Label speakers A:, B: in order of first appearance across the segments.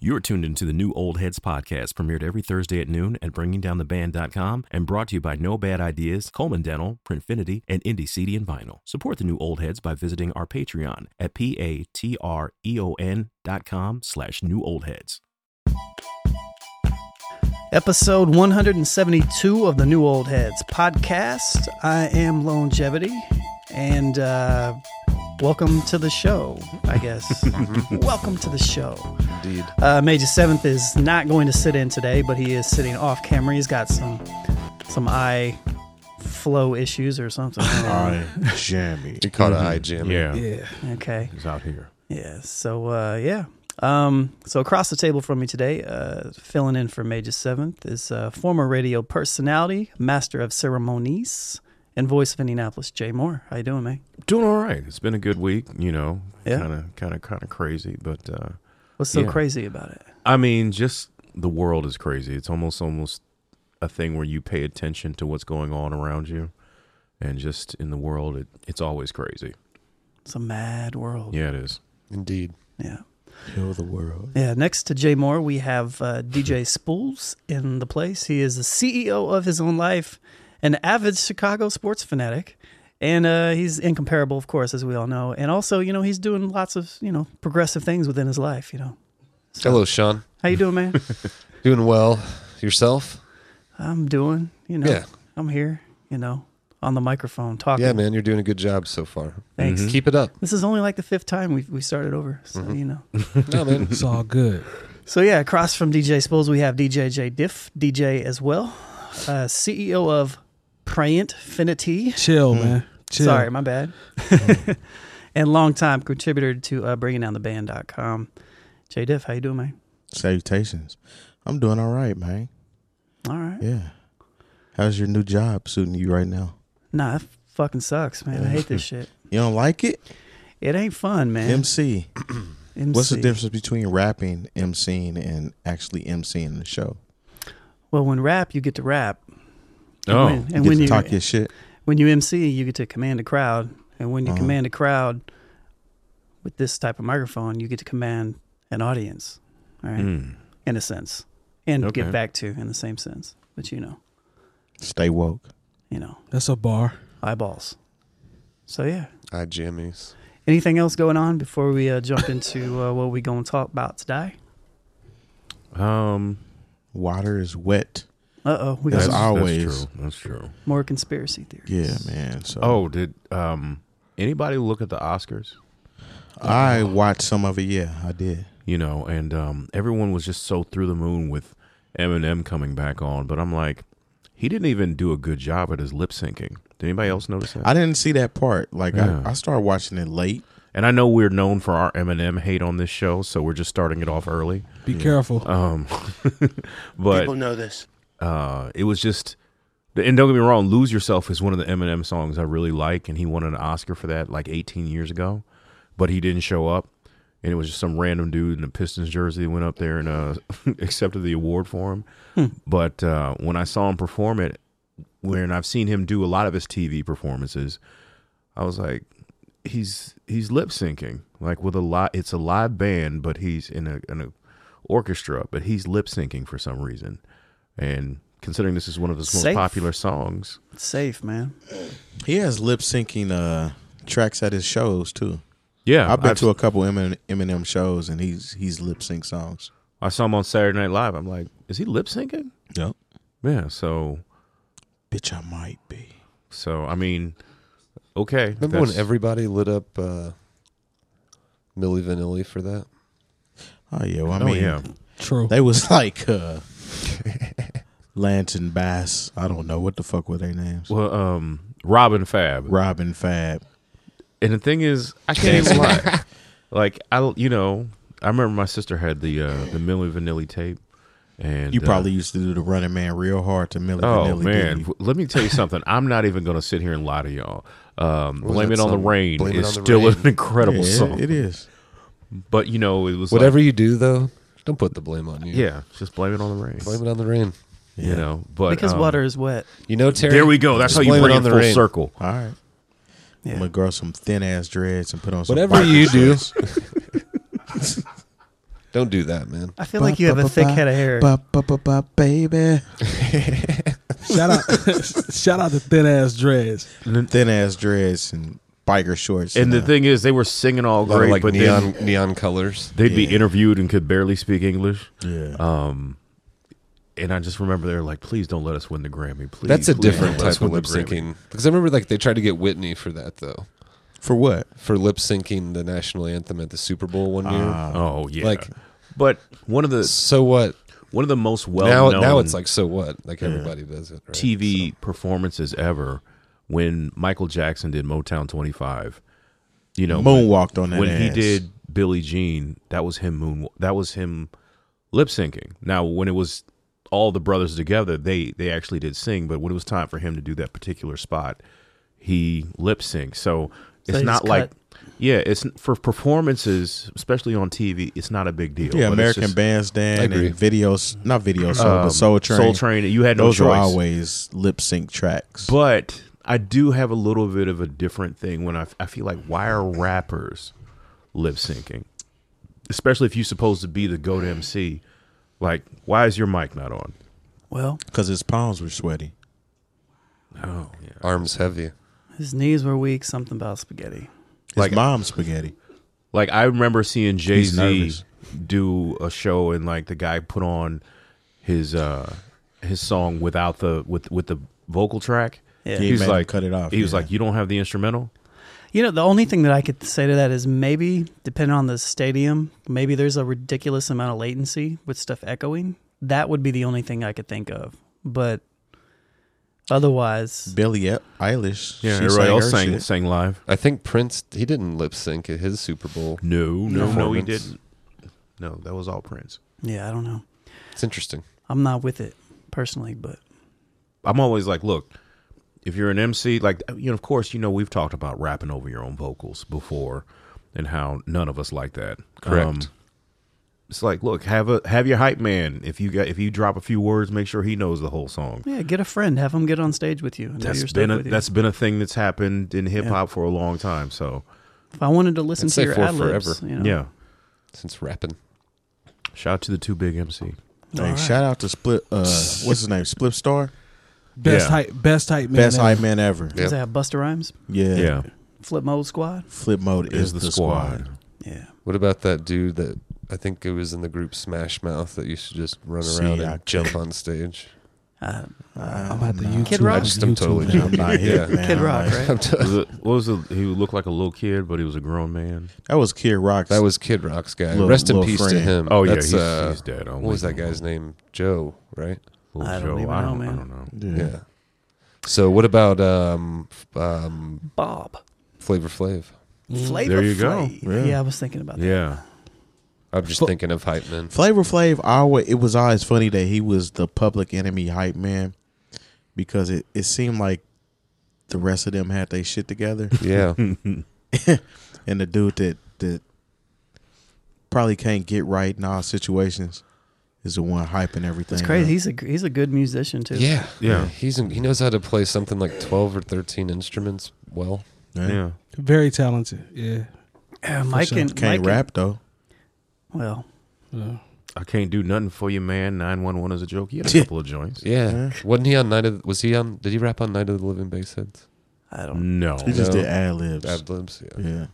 A: You are tuned into the new Old Heads podcast, premiered every Thursday at noon at bringingdowntheband.com and brought to you by No Bad Ideas, Coleman Dental, Printfinity, and Indie CD and Vinyl. Support the new Old Heads by visiting our Patreon at p-a-t-r-e-o-n E dot com slash new old heads.
B: Episode 172 of the New Old Heads podcast. I am Longevity, and uh, welcome to the show, I guess. welcome to the show.
C: Indeed.
B: Uh, Major Seventh is not going to sit in today, but he is sitting off camera. He's got some some eye flow issues or something.
C: Eye jammy.
D: You caught an eye jam.
C: Mm-hmm. Yeah.
B: yeah. Okay.
C: He's out here.
B: Yeah. So uh, yeah. Um, so across the table from me today, uh, filling in for Major Seventh is uh, former radio personality, master of ceremonies, and voice of Indianapolis, Jay Moore. How you doing, man?
C: Doing all right. It's been a good week, you know.
B: Yeah.
C: Kind of kind of kind of crazy, but uh
B: What's so
C: Yeah.
B: crazy about it?
C: I mean, just the world is crazy. It's almost almost a thing where you pay attention to what's going on around you. And just in the world, it, it's always crazy.
B: It's a mad world.
C: Yeah, it is.
D: Indeed.
B: Yeah.
D: Know the world.
B: Yeah, next to Jay Moore, we have uh, DJ Spools in the place. He is the CEO of his own life, an avid Chicago sports fanatic, and uh, he's incomparable, of course, as we all know. And also, you know, he's doing lots of you know progressive things within his life. You know,
D: Hello, Sean.
B: how you doing, man?
D: Doing well. Yourself?
B: I'm doing. You know,
D: Yeah.
B: I'm here. You know, on the microphone talking.
D: Yeah, man. You're doing a good job so far.
B: Thanks.
C: Mm-hmm.
D: Keep it up.
B: This is only like the fifth time we we started over, so
D: Mm-hmm.
B: you know.
D: No, man.
E: It's all good.
B: So yeah, across from DJ Spools, we have DJ J Diff, DJ as well, uh, CEO of Prayant Finity.
E: Chill,
C: Mm-hmm.
E: man. Chill.
B: Sorry, my bad. and longtime contributor to uh, bringingdowntheband.com. J Diff, how you doing, man?
F: Salutations. I'm doing all right, man.
B: All right.
F: Yeah. How's your new job suiting you right now?
B: Nah, that fucking sucks, man. I hate this shit.
F: You don't like it?
B: It ain't fun, man.
F: MC.
B: MC.
F: What's the difference between rapping, MCing, and actually MCing the show?
B: Well, when rap, you get to rap.
C: Oh.
B: And when, and
F: you get
B: when
F: to
B: you
F: talk your shit.
B: when you MC, you get to command a crowd, and when you
F: Uh-huh.
B: command a crowd with this type of microphone, you get to command an audience, all right?
C: Mm.
B: In a sense, and
C: Okay.
B: give back to in the same sense. But you know,
F: Stay woke.
B: you know,
E: That's a bar.
B: eyeballs. So yeah.
D: Eye jammies.
B: Anything else going on before we uh, jump into uh, what we gonna talk about today?
C: Um,
F: Water is wet.
B: Uh oh, we got
F: That's
B: some
F: all-
C: That's
F: always-
C: true. That's true.
B: more conspiracy theories.
F: Yeah, man. So
C: Oh, did um anybody look at the Oscars?
F: I watched some of it. Yeah, I did.
C: you know, and um, everyone was just so through the moon with Eminem coming back on. But I'm like, he didn't even do a good job at his lip syncing. Did anybody else notice that?
F: I didn't see that part. Like
C: Yeah.
F: I, I started watching it late.
C: and I know we're known for our Eminem hate on this show, so we're just starting it off early.
E: Be careful.
F: Uh,
C: Um, but
G: People know this.
C: uh, it was just. And don't get me wrong, "Lose Yourself" is one of the Eminem songs I really like, and he won an Oscar for that like 18 years ago, but he didn't show up, and it was just some random dude in a Pistons jersey that went up there and uh, accepted the award for him. But uh, when I saw him perform it, when I've seen him do a lot of his TV performances, I was like, he's he's lip syncing like with a lot. It's a live band, but he's in a in a orchestra, but he's lip syncing for some reason. And considering this is one of his most
B: Safe.
C: popular songs,
B: It's safe, man.
F: He has lip syncing uh, tracks at his shows too.
C: yeah,
F: I've been
C: I've-
F: to a couple Emin- Eminem shows, and he's he's lip sync songs.
C: I saw him on Saturday Night Live. I'm like, is he lip syncing?
F: Yep.
C: Yeah. So
F: Bitch, I might be.
C: so I mean, okay.
D: Remember
C: that's-
D: when everybody lit up uh, Millie Vanilli for that?
F: Oh yeah, well, I
C: Oh,
F: mean,
C: yeah.
E: True.
F: they was like uh, Lance and Bass. I don't know what the fuck were their names.
C: Well, um, Robin Fab.
F: Robin Fab.
C: And the thing is, I can't even lie. Like I, you know, I remember my sister had the uh, the Milli Vanilli tape, and
F: You
C: uh,
F: probably used to do the Running Man real hard to Millie
C: Oh
F: Vanilli.
C: man,
F: didn't you?
C: W- let me tell you something. I'm not even going to sit here and lie to y'all. Um,
D: was
C: blame
D: that
C: it on the
D: song?
C: rain
D: Blame It
C: is
D: on the
C: still
D: Rain.
C: an incredible
F: Yeah,
C: song.
F: it is.
C: But you know, it was
D: Whatever
C: Like,
D: you do, though, don't put the blame on you.
C: yeah, just blame it on the rain.
D: Blame it on the rain.
C: You know, but
B: Because
C: um,
B: water is wet.
D: You know, Terry.
C: There we go. That's
D: just
C: how you
D: blame
C: bring it,
D: on the
C: full
D: rain.
C: circle.
F: All right.
B: Yeah.
F: I'm gonna grow some thin ass dreads and put on some
E: Whatever
F: biker
E: you do.
F: shorts.
D: Don't do that, man.
B: I feel like you have a thick head of hair.
F: Ba, ba, ba, ba, baby.
E: Shout out, shout out to Thin Ass Dreads.
F: Thin ass dreads and biker shorts.
C: And the
F: uh,
C: thing is, they were singing all
D: A lot of
C: great,
D: like
C: but
D: neon
C: then
D: neon colors.
C: they'd be
F: Yeah.
C: interviewed and could barely speak English.
F: Yeah.
C: Um, and I just remember they're like, "Please don't let us win the Grammy." Please,
D: That's a
C: please
D: different
C: don't let us
D: type of
C: win
D: lip
C: the Grammy."
D: syncing because I remember like they tried to get Whitney for that though,
F: For what?
D: for lip syncing the national anthem at the Super Bowl one year.
C: Oh yeah,
D: Like-
C: but one of the
D: so what?
C: one of the most well
D: now
C: known
D: now it's like so what? Like everybody does it. Right?
C: TV performances ever when Michael Jackson did Motown 25. You know, when-
F: Moonwalked on that
C: when he
F: ass.
C: did Billie Jean, that was him moon that was him lip syncing. Now when it was all the brothers together, they they actually did sing, but when it was time for him to do that particular spot, he lip synced. So, it's
B: he's
C: not like
B: cut.
C: yeah, it's for performances, especially on TV, it's not a big deal.
F: Yeah,
C: but it's
F: American
C: just-
F: Bandstand
D: agree.
F: and videos, not video soul, but
C: um,
F: Soul Train.
C: Soul Train, you had no
F: Those are
C: choice.
F: always lip sync tracks.
C: But I do have a little bit of a different thing when I, I feel like why are rappers lip syncing, especially if you're supposed to be the go to MC. Like, why is your mic not on?
B: well,
F: Because his palms were sweaty.
C: Oh, yeah.
D: arms heavy.
B: his knees were weak. Something about spaghetti.
F: His
C: Like-
F: mom's spaghetti.
C: Like I remember seeing Jay Z
F: nervous.
C: do a show and like the guy put on his uh his song without the with with the vocal track.
B: Yeah.
F: He
C: He's
F: made him
C: like
F: cut it off,
C: He was
F: yeah.
C: like, you don't have the instrumental.
B: You know, the only thing that I could say to that is maybe, depending on the stadium, maybe there's a ridiculous amount of latency with stuff echoing. That would be the only thing I could think of. But otherwise,
F: Billie E- Eilish.
C: Yeah,
F: she
C: everybody
F: sang
C: else
F: her
C: sang
F: shit.
C: sang live.
D: I think Prince he didn't lip sync at his Super Bowl.
C: No, no, no, he
D: Performance.
C: didn't. No, that was all Prince.
B: yeah, I don't know.
D: It's interesting.
B: I'm not with it personally, but
C: I'm always like, look, if you're an MC, like, you know, of course, you know, we've talked about rapping over your own vocals before, and how none of us like that. Um,
D: Correct.
C: it's like, look, have a have your hype man. If you got if you drop a few words, make sure he knows the whole song.
B: yeah, get a friend, have them get on stage with you. And do your
C: That's
B: stuff
C: been a,
B: with you.
C: that's been a thing that's happened in hip hop for a long time. So
B: if I wanted to listen
D: I'd
B: to
D: say
B: your
D: for
B: ad libs,
D: forever.
B: you know,
C: yeah,
D: Since rapping,
C: shout out to the two big MC.
F: Hey,
B: All right.
F: Shout out to Split. Uh, what's his name? Split Star.
E: Best
C: Yeah.
E: hype, best hype man.
F: Best
E: ever.
F: hype man ever.
D: Yeah.
B: Does that have Buster Rhymes?
F: Yeah.
C: Yeah,
B: Flip Mode Squad?
F: Flip mode is, the, squad.
B: Yeah.
D: what about that dude that I think it was in the group Smash Mouth that used to just run
F: See,
D: around
F: I-
D: and jump on stage?
B: Uh,
E: I'm about to
F: Nah.
E: YouTube.
B: Kid Rock?
D: I just am
E: YouTube
D: totally
E: now.
F: I'm
D: joking.
F: not hip,
D: yeah,
F: man.
B: Kid
F: I'm
B: Rock,
F: like-
B: right?
C: Was it- what was the he looked like a little kid, but he was a grown man.
F: That was Kid Rock.
D: that was Kid Rock's guy.
F: Little-
D: Rest in
F: little
D: peace to
F: friend.
D: him.
C: Oh yeah,
D: That's,
C: he's,
D: uh,
C: he's dead.
D: what was that guy's name? Joe, right?
B: I don't even
C: I
B: know,
C: don't, I
B: man.
C: don't know.
F: Yeah.
D: Yeah. So what about um f- um
B: Bob.
D: Flavor Flav?
B: Flavor
C: Mm, There you go.
B: Flav.
F: Yeah.
B: Yeah, I was thinking about that.
C: Yeah.
D: I'm just thinking of hype man.
F: Flavor Flav. Always, it was always funny that he was the public enemy hype man because it, it seemed like the rest of them had their shit together,
D: Yeah.
F: and the dude that that probably can't get right in all situations is the one hyping everything.
B: It's crazy.
F: up.
B: He's a he's a good musician too.
D: yeah.
C: Yeah.
D: He's in, he knows how to play something like 12 or 13 instruments well.
F: Yeah.
C: Yeah.
E: Very talented. Yeah.
B: Uh, Mike
E: sure.
B: and
F: Can't
B: Mike
F: rap though.
B: And, well,
E: Yeah.
C: I can't do nothing for you, man. Nine one one is a joke. He had a
F: Yeah.
C: couple of joints.
D: Yeah.
F: Yeah.
D: Wasn't he on Night of was he on did he rap on Night of the Living Bassheads?
B: I don't.
C: No.
F: He just
D: No.
F: did ad libs.
D: Ad libs, yeah.
F: Yeah.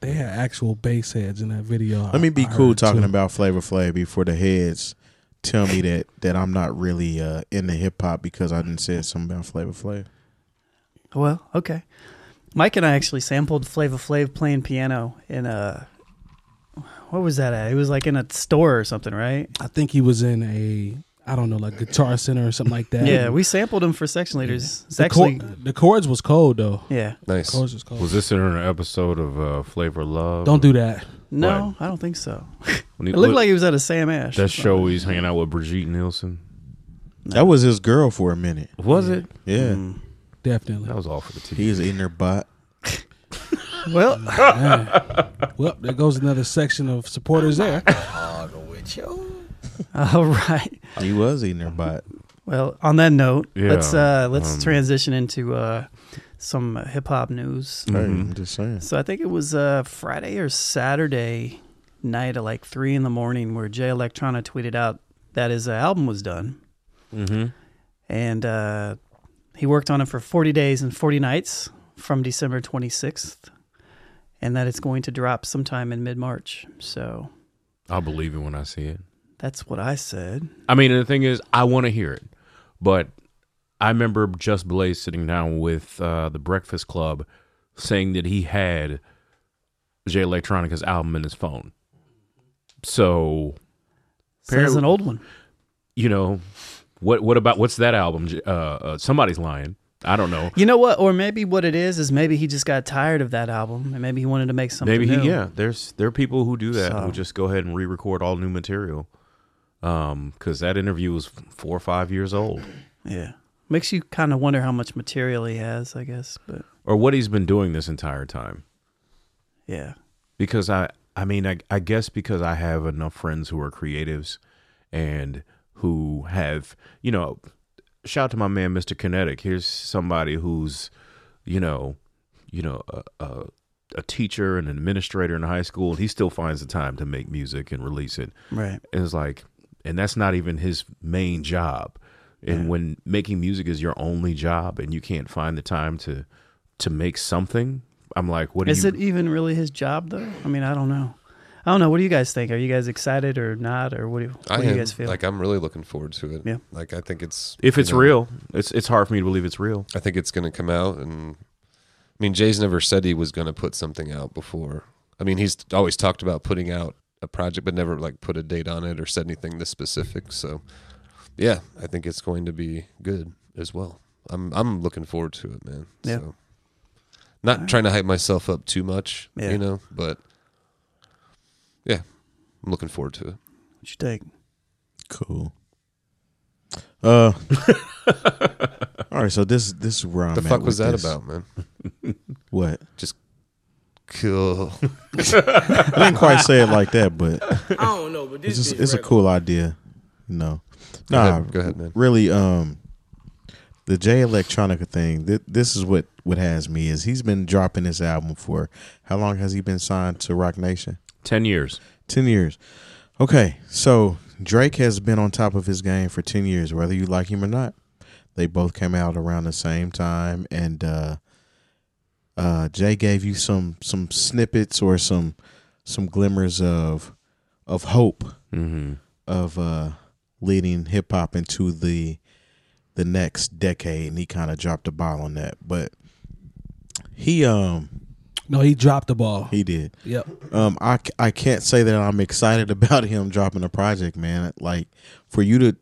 E: They had actual bass heads in that video.
F: Let me be
E: I
F: cool
E: heard,
F: talking
E: too.
F: about Flavor Flav before the heads tell me that that I'm not really uh, into hip hop because I didn't say something about Flavor Flav.
B: Well, okay. Mike and I actually sampled Flava Flav playing piano in a. What was that at? It was like in a store or something, right?
E: I think he was in a I don't know like Guitar Center or something like that.
B: Yeah, we sampled him for section leaders. It's
E: the, chor-
B: actually,
E: the chords was cold though.
B: yeah.
E: The
D: Nice.
E: chords was cold.
C: Was this in an episode of uh, Flavor Love?
E: don't do that.
B: No, I don't think so.
C: When he-
B: It looked like he was at a Sam Ash.
C: that show. He's hanging out with Brigitte Nielsen.
F: That was his girl for a minute.
C: Was it?
F: Yeah,
B: Mm.
E: Definitely.
C: That was all for the TV.
F: he was eating her butt.
B: Well,
E: Well, there goes another section of supporters there.
B: all right.
F: He was eating her butt.
B: Well, on that note,
C: Yeah,
B: let's uh, let's
C: um,
B: transition into uh, some hip hop news.
F: Hey,
C: Mhm.
F: I'm just saying.
B: So I think it was uh, Friday or Saturday night at like three in the morning where Jay Electrona tweeted out that his uh, album was done,
C: Mm-hmm.
B: and uh, he worked on it for 40 days and 40 nights from December 26th, and that it's going to drop sometime in mid March. So
C: I'll believe it when I see it.
B: that's what I said.
C: I mean, and the thing is, I want to hear it, but I remember Just Blaze sitting down with uh, the Breakfast Club, saying that he had Jay Electronica's album in his phone. So
B: Says
C: Apparently-
B: an old one.
C: you know, what what about what's that album? J- Uh, uh, somebody's lying. I don't know.
B: You know what? Or maybe what it is is maybe he just got tired of that album and maybe he wanted to make something
C: Maybe
B: new.
C: he, yeah. There's there are people who do that
B: So-
C: who just go ahead and re-record all new material. Um, because that interview was four or five years old,
B: Yeah. Makes you kind of wonder how much material he has, I guess. But
C: or what he's been doing this entire time.
B: yeah.
C: because I I mean I I guess because I have enough friends who are creatives and who have you know shout out to my man Mr. Kinetic here's somebody who's you know you know a, a a teacher and an administrator in high school and he still finds the time to make music and release it
B: Right.
C: and it's like and that's not even his main job and when making music is your only job and you can't find the time to to make something I'm like what do
B: Is
C: you
B: it even really his job, though? I mean, I don't know. I don't know. What do you guys think? Are you guys excited or not? Or what do, what
D: I
B: do you
D: am,
B: guys feel?
D: like I'm really looking forward to it.
B: Yeah.
D: Like I think it's
C: If it's
D: you know,
C: real, it's it's hard for me to believe it's real.
D: I think it's going to come out, and I mean, Jay's never said he was going to put something out before. I mean, he's always talked about putting out a project, but never like put a date on it or said anything this specific. So, yeah, I think it's going to be good as well. I'm I'm looking forward to it, man.
B: Yeah.
D: So, not
B: Alright.
D: trying to hype myself up too much,
B: Yeah.
D: you know, but yeah, I'm looking forward to it.
B: what you think?
F: Cool. Uh. all right, so this this is where I'm
D: the
F: at
D: fuck
F: with
D: was that
F: this.
D: about, man?
F: What
D: Cool.
F: I didn't quite say it like that, but
G: I don't know, but this
F: it's just,
G: bitch
F: it's a
G: regular.
F: cool idea. You know,
D: Go
F: nah,
D: ahead- go ahead, man.
F: Really, um, the J Electronica thing. Th- this is what what has me is he's been dropping this album for how long has he been signed to Rock Nation?
C: Ten years.
F: 10 years. Okay, so Drake has been on top of his game for 10 years, whether you like him or not. They both came out around the same time, and uh, uh, Jay gave you some some snippets or some some glimmers of of hope
C: Mm-hmm.
F: of uh, leading hip hop into the the next decade, and he kind of dropped the ball on that. But he um
E: No, he dropped the ball.
F: he did.
E: Yep.
F: Um, I, c- I can't say that I'm excited about him dropping a project, man. Like for you to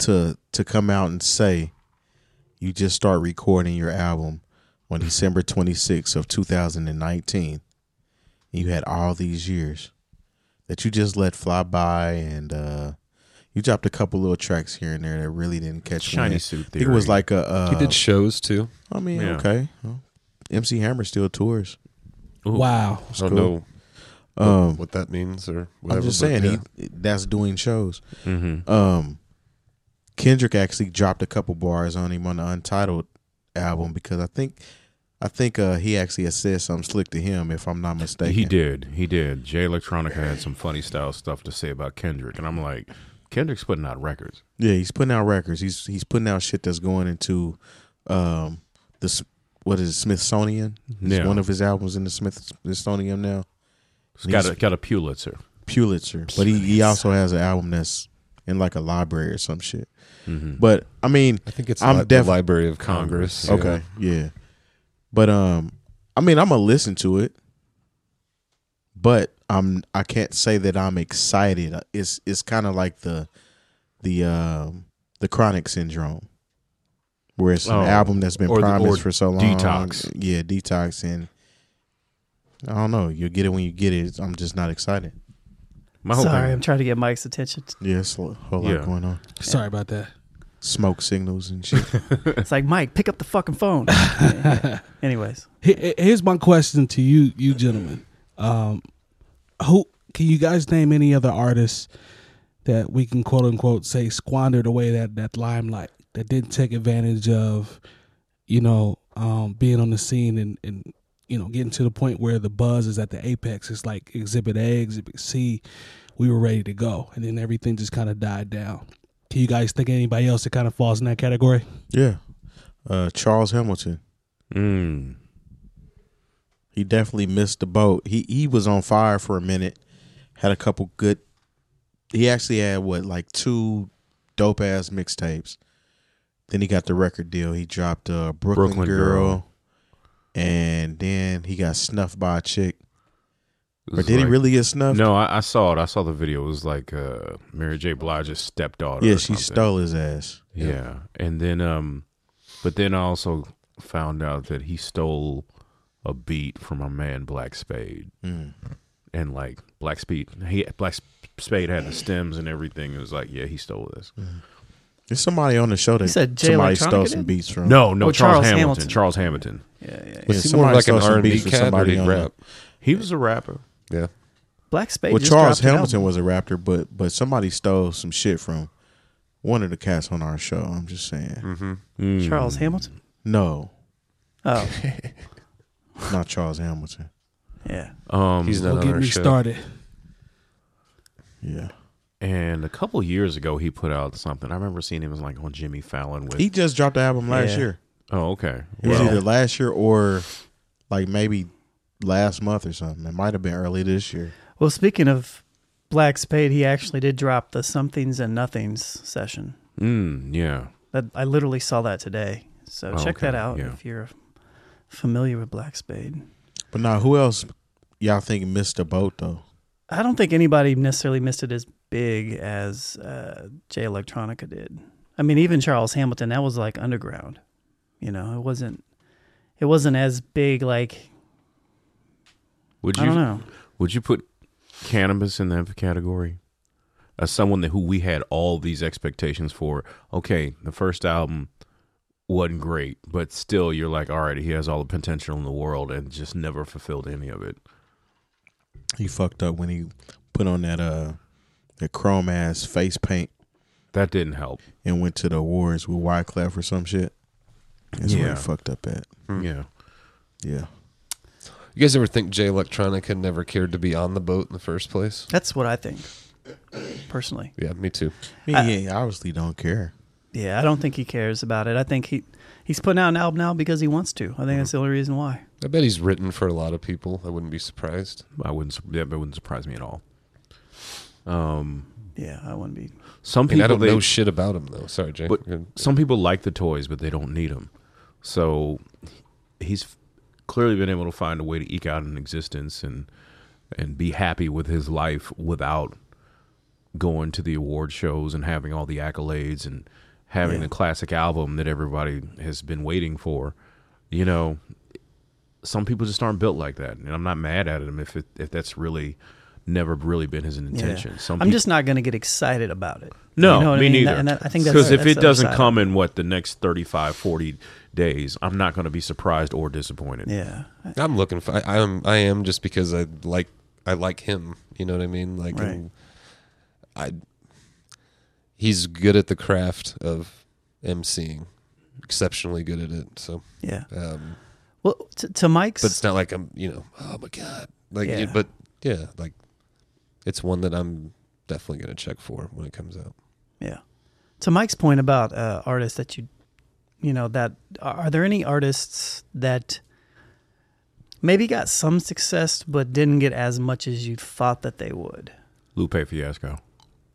F: to to come out and say you just start recording your album on December 26th of 2019. You had all these years that you just let fly by, and uh, you dropped a couple little tracks here and there that really didn't catch
C: Shiny
F: wind.
C: suit
F: I think it was
C: theory.
F: like a. Uh,
D: he did shows too.
F: I mean,
C: Yeah.
F: okay. Well, MC Hammer still tours.
E: Wow.
C: Oh,
D: I don't
F: cool.
D: know what-
F: Um,
D: what, that means or whatever.
F: I'm just
D: but
F: saying
D: yeah.
F: he that's doing shows.
C: Mm-hmm.
F: Um, Kendrick actually dropped a couple bars on him on the Untitled album because I think I think uh, he actually had said something slick to him if I'm not mistaken.
C: He did. He did. Jay Electronica had some funny style stuff to say about Kendrick, and I'm like, Kendrick's putting out records.
F: Yeah, he's putting out records. He's he's putting out shit that's going into um the S- what is it, Smithsonian? Is
C: Yeah.
F: One of his albums in the Smith Smithsonian now.
C: He's got a, got a Pulitzer.
F: Pulitzer, but he, he also has an album that's in like a library or some shit.
C: Mm-hmm.
F: But I mean,
D: I think it's
F: I'm
D: li- the
F: def-
D: Library of Congress.
F: Okay. Yeah. But um I mean I'm gonna listen to it. But I'm I can't say that I'm excited. Uh, It's it's kinda like the the um the chronic syndrome. Where it's an
C: Oh.
F: album that's been
C: Or the-
F: promised
C: or
F: for so long.
C: detox.
F: Yeah, detox and I don't know. You'll get it when you get it. I'm just not excited.
C: My whole
B: Sorry,
C: thing.
B: I'm trying to get Mike's attention.
F: Yeah, it's a whole lot
C: Yeah.
F: going on.
E: Sorry about that.
F: Smoke signals and shit.
B: It's like, Mike, pick up the fucking phone. Yeah, yeah. Anyways,
E: He- he- Here's my question to you, you gentlemen. Um, who can you guys name any other artists that we can quote unquote say squandered away that that limelight that didn't take advantage of, you know, um, being on the scene and, and you know, getting to the point where the buzz is at the apex. It's like Exhibit A, Exhibit C. We were ready to go, and then everything just kind of died down. Can you guys think of anybody else that kind of falls in that category?
F: Yeah. Uh, Charles Hamilton.
C: Mm.
F: He definitely missed the boat. He he was on fire for a minute. Had a couple good. He actually had what like two dope ass mixtapes. Then he got the record deal. He dropped uh, Brooklyn,
C: Brooklyn
F: Girl,
C: Girl.
F: and then he got snuffed by a chick.
C: It
F: Or
C: was
F: did he
C: like-
F: really get snuffed?
C: No, I, I saw it. I saw the video. It was like uh, Mary J. Blige's stepdaughter.
F: Yeah,
C: or
F: she
C: something.
F: stole his ass.
C: Yeah. and then um, but then I also found out that he stole a beat from my man Black Spade,
F: Mm.
C: and like Black Spade, he Black Spade had the stems and everything. It was like, yeah, he stole this.
B: Mm-hmm.
F: There's somebody on the show that
B: said Jay
F: somebody
B: Electronica
F: stole some
B: did?
F: beats from.
C: No, no,
B: Oh,
C: Charles,
B: Charles
C: Hamilton,
B: Hamilton.
C: Charles Hamilton.
B: Yeah, yeah.
F: yeah,
D: Was he more like
F: somebody
D: an
F: stole some
D: R and B
F: beats from
D: cat or
F: somebody
D: did
F: on
D: he
F: the-
D: rap?
C: He was a rapper.
D: Yeah,
B: Black Spade.
F: Well,
B: just
F: Charles
B: dropped an
F: Hamilton
B: album.
F: was a rapper, but but somebody stole some shit from one of the cats on our show. I'm just saying.
D: mm-hmm.
C: Mm.
B: Charles
F: Hmm.
B: Hamilton.
F: No,
B: Oh,
F: not Charles Hamilton.
B: yeah.
C: Um,
D: he's not
E: Don't
D: on
E: get
D: our
E: me
D: show.
E: started.
F: Yeah,
C: and a couple years ago, he put out something. I remember seeing him was like on Jimmy Fallon with.
F: he just dropped the album last
B: Yeah.
F: year.
C: oh, okay.
F: It was
C: Well,
F: either last year or like maybe last month or something. It might have been early this year.
B: Well, speaking of Black Spade, he actually did drop the somethings and nothings session.
C: mm, yeah.
B: That I literally saw that today. So
C: Oh,
B: check
C: okay,
B: that out
C: yeah.
B: if you're familiar with Black Spade.
F: But now, who else y'all think missed the boat though?
B: I don't think anybody necessarily missed it as big as uh, Jay Electronica did. I mean, even Charles Hamilton, that was like underground. You know, it wasn't. It wasn't as big. Like
C: Would you
B: I don't know.
C: Would you put cannabis in that category? As someone that who we had all these expectations for. Okay, the first album wasn't great, but still you're like, all right, he has all the potential in the world and just never fulfilled any of it.
F: He fucked up when he put on that uh that chrome ass face paint
C: That didn't help.
F: and went to the awards with Wyclef or some shit. That's where
C: Yeah.
F: he fucked up at.
C: Yeah.
F: Yeah.
D: You guys ever think Jay Electronica never cared to be on the boat in the first place?
B: That's what I think, personally.
D: Yeah, me too.
F: I mean,
B: I-
F: he obviously don't care.
B: Yeah, I don't think he cares about it. I think he he's putting out an album now because he wants to. I think that's
C: Mm-hmm.
B: the only reason why.
D: I bet he's written for a lot of people. I wouldn't be surprised.
C: I wouldn't su- that wouldn't surprise me at all.
B: Yeah, I wouldn't be.
C: Some
D: I mean,
C: people
D: I don't
C: they,
D: know shit about him though. Sorry, Jay.
C: But
D: Good.
C: some people like the toys, but they don't need them. So he's f- clearly been able to find a way to eke out an existence and and be happy with his life without going to the award shows and having all the accolades and having the classic album that everybody has been waiting for. You know, some people just aren't built like that, and I'm not mad at him if it, if that's really never really been his
B: Yeah.
C: intention. Some
B: I'm
C: people-
B: just not going to get excited about it.
C: no,
B: You know what I
C: me
B: mean?
C: neither.
B: That- and that- I think that's
C: because if
B: that's
C: it doesn't
B: upside.
C: come in what the next 35, 40 days, I'm not going to be surprised or disappointed.
B: yeah,
D: I'm looking for. I, I'm. I am just because I like. I like him. You know what I mean? Like,
B: Right.
D: and I. He's good at the craft of emceeing, exceptionally good at it. So,
B: yeah.
D: um,
B: Well, to, to Mike's,
D: but it's not like I'm. You know, oh my god. Like,
B: Yeah.
D: but yeah, like, it's one that I'm definitely gonna check for when it comes out.
B: yeah. To Mike's point about uh, artists that you, you know, that are are there any artists that maybe got some success but didn't get as much as you thought that they would?
C: Lupe Fiasco.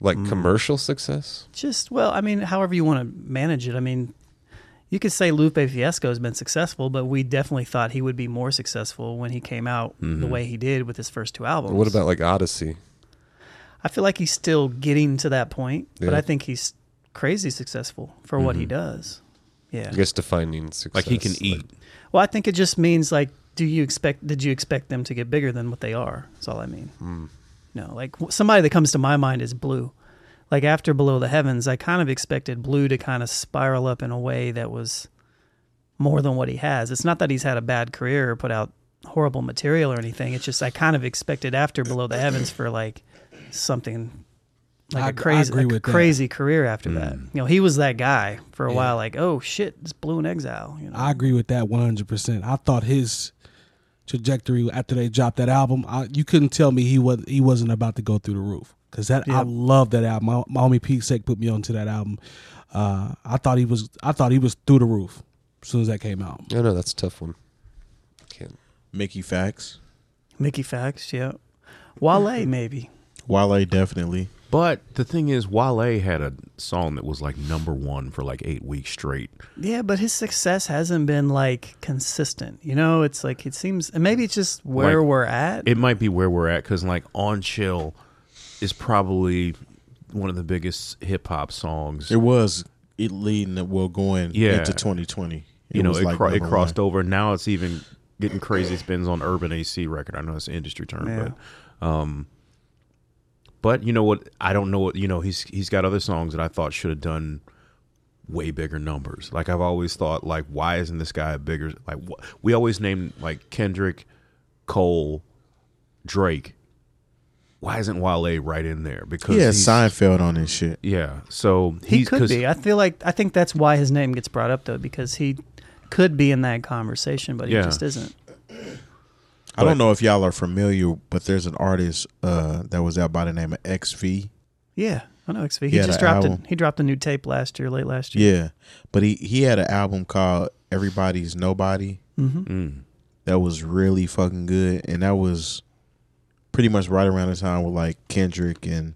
D: Like
B: Mm.
D: commercial success.
B: Just well, I mean, however you want to manage it. I mean, you could say Lupe Fiasco has been successful, but we definitely thought he would be more successful when he came out the way he did with his first two albums.
D: Mm-hmm. What about like Odyssey?
B: I feel like he's still getting to that point, but
D: Yeah. Mm-hmm.
B: I think he's crazy successful for what he does. Yeah.
D: I guess defining success.
C: Like he can eat.
B: Well, I think it just means like, do you expect? Did you expect them to get bigger than what they are? That's all I mean. No, like w- somebody that comes to my mind is Blue. Like after Below the Heavens, I kind of expected Blue to kind of spiral up in a way that was more than what he has. It's not that he's had a bad career or put out horrible material or anything. It's just I kind of expected after Below the Heavens for like something like
E: I- I
B: a crazy,
E: agree
B: like a
E: with that.
B: crazy career after that. You know, he was that guy for a while. Like, oh shit, it's Blue in Exile. You know,
E: I agree with that 100%. I thought his trajectory after they dropped that album, I, you couldn't tell me he was he wasn't about to go through the roof. Cause that I
B: Yep.
E: love that album. My, my homie Pete Sec put me onto that album. Uh, I thought he was I thought he was through the roof as soon as that came out.
D: I know that's a tough one. Can't.
F: Mickey Facts.
B: Mickey Fax, yeah. Wale, maybe.
F: Wale definitely.
C: But the thing is, Wale had a song that was like number one for like eight weeks straight.
B: Yeah, but his success hasn't been like consistent. You know, it's like it seems, and maybe it's just where
C: Like,
B: we're at.
C: It might be where we're at because like On Chill is probably one of the biggest hip hop songs.
F: It was it leading well going
C: Yeah.
F: into 2020.
C: you know,
F: was
C: it, cro- it
F: number
C: crossed
F: one.
C: over. Now it's even getting crazy spins on Urban AC record. I know it's an industry term,
B: Yeah.
C: but um, But you know what? I don't know what you know. He's he's got other songs that I thought should have done way bigger numbers. Like I've always thought, like why isn't this guy a bigger? Like wh- we always name like Kendrick, Cole, Drake. Why isn't Wale right in there? Because
F: Yeah,
C: he's-
F: Seinfeld on this shit.
C: Yeah, so
B: he
C: he's-
B: could
C: 'cause-
B: be. I feel like I think that's why his name gets brought up though, because he could be in that conversation, but he
C: Yeah.
B: just isn't.
F: I don't know if y'all are familiar, but there's an artist uh, that was out by the name of XV.
B: Yeah, I know XV. He
F: Yeah,
B: just
F: the
B: dropped
F: album.
B: a, he dropped a new tape last year, late last year.
F: Yeah, but he he had an album called Everybody's Nobody
C: Mm.
F: that was really fucking good, and that was pretty much right around the time where like Kendrick and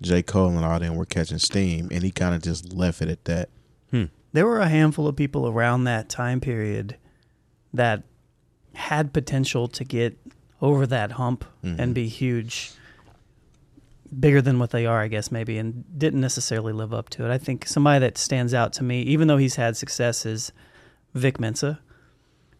F: J Cole and all them were catching steam, and he kind of just left it at that.
B: There were a handful of people around that time period that had potential to get over that hump and be huge, bigger than what they are, I guess, maybe, and didn't necessarily live up to it. I think somebody that stands out to me, even though he's had success, is Vic Mensa.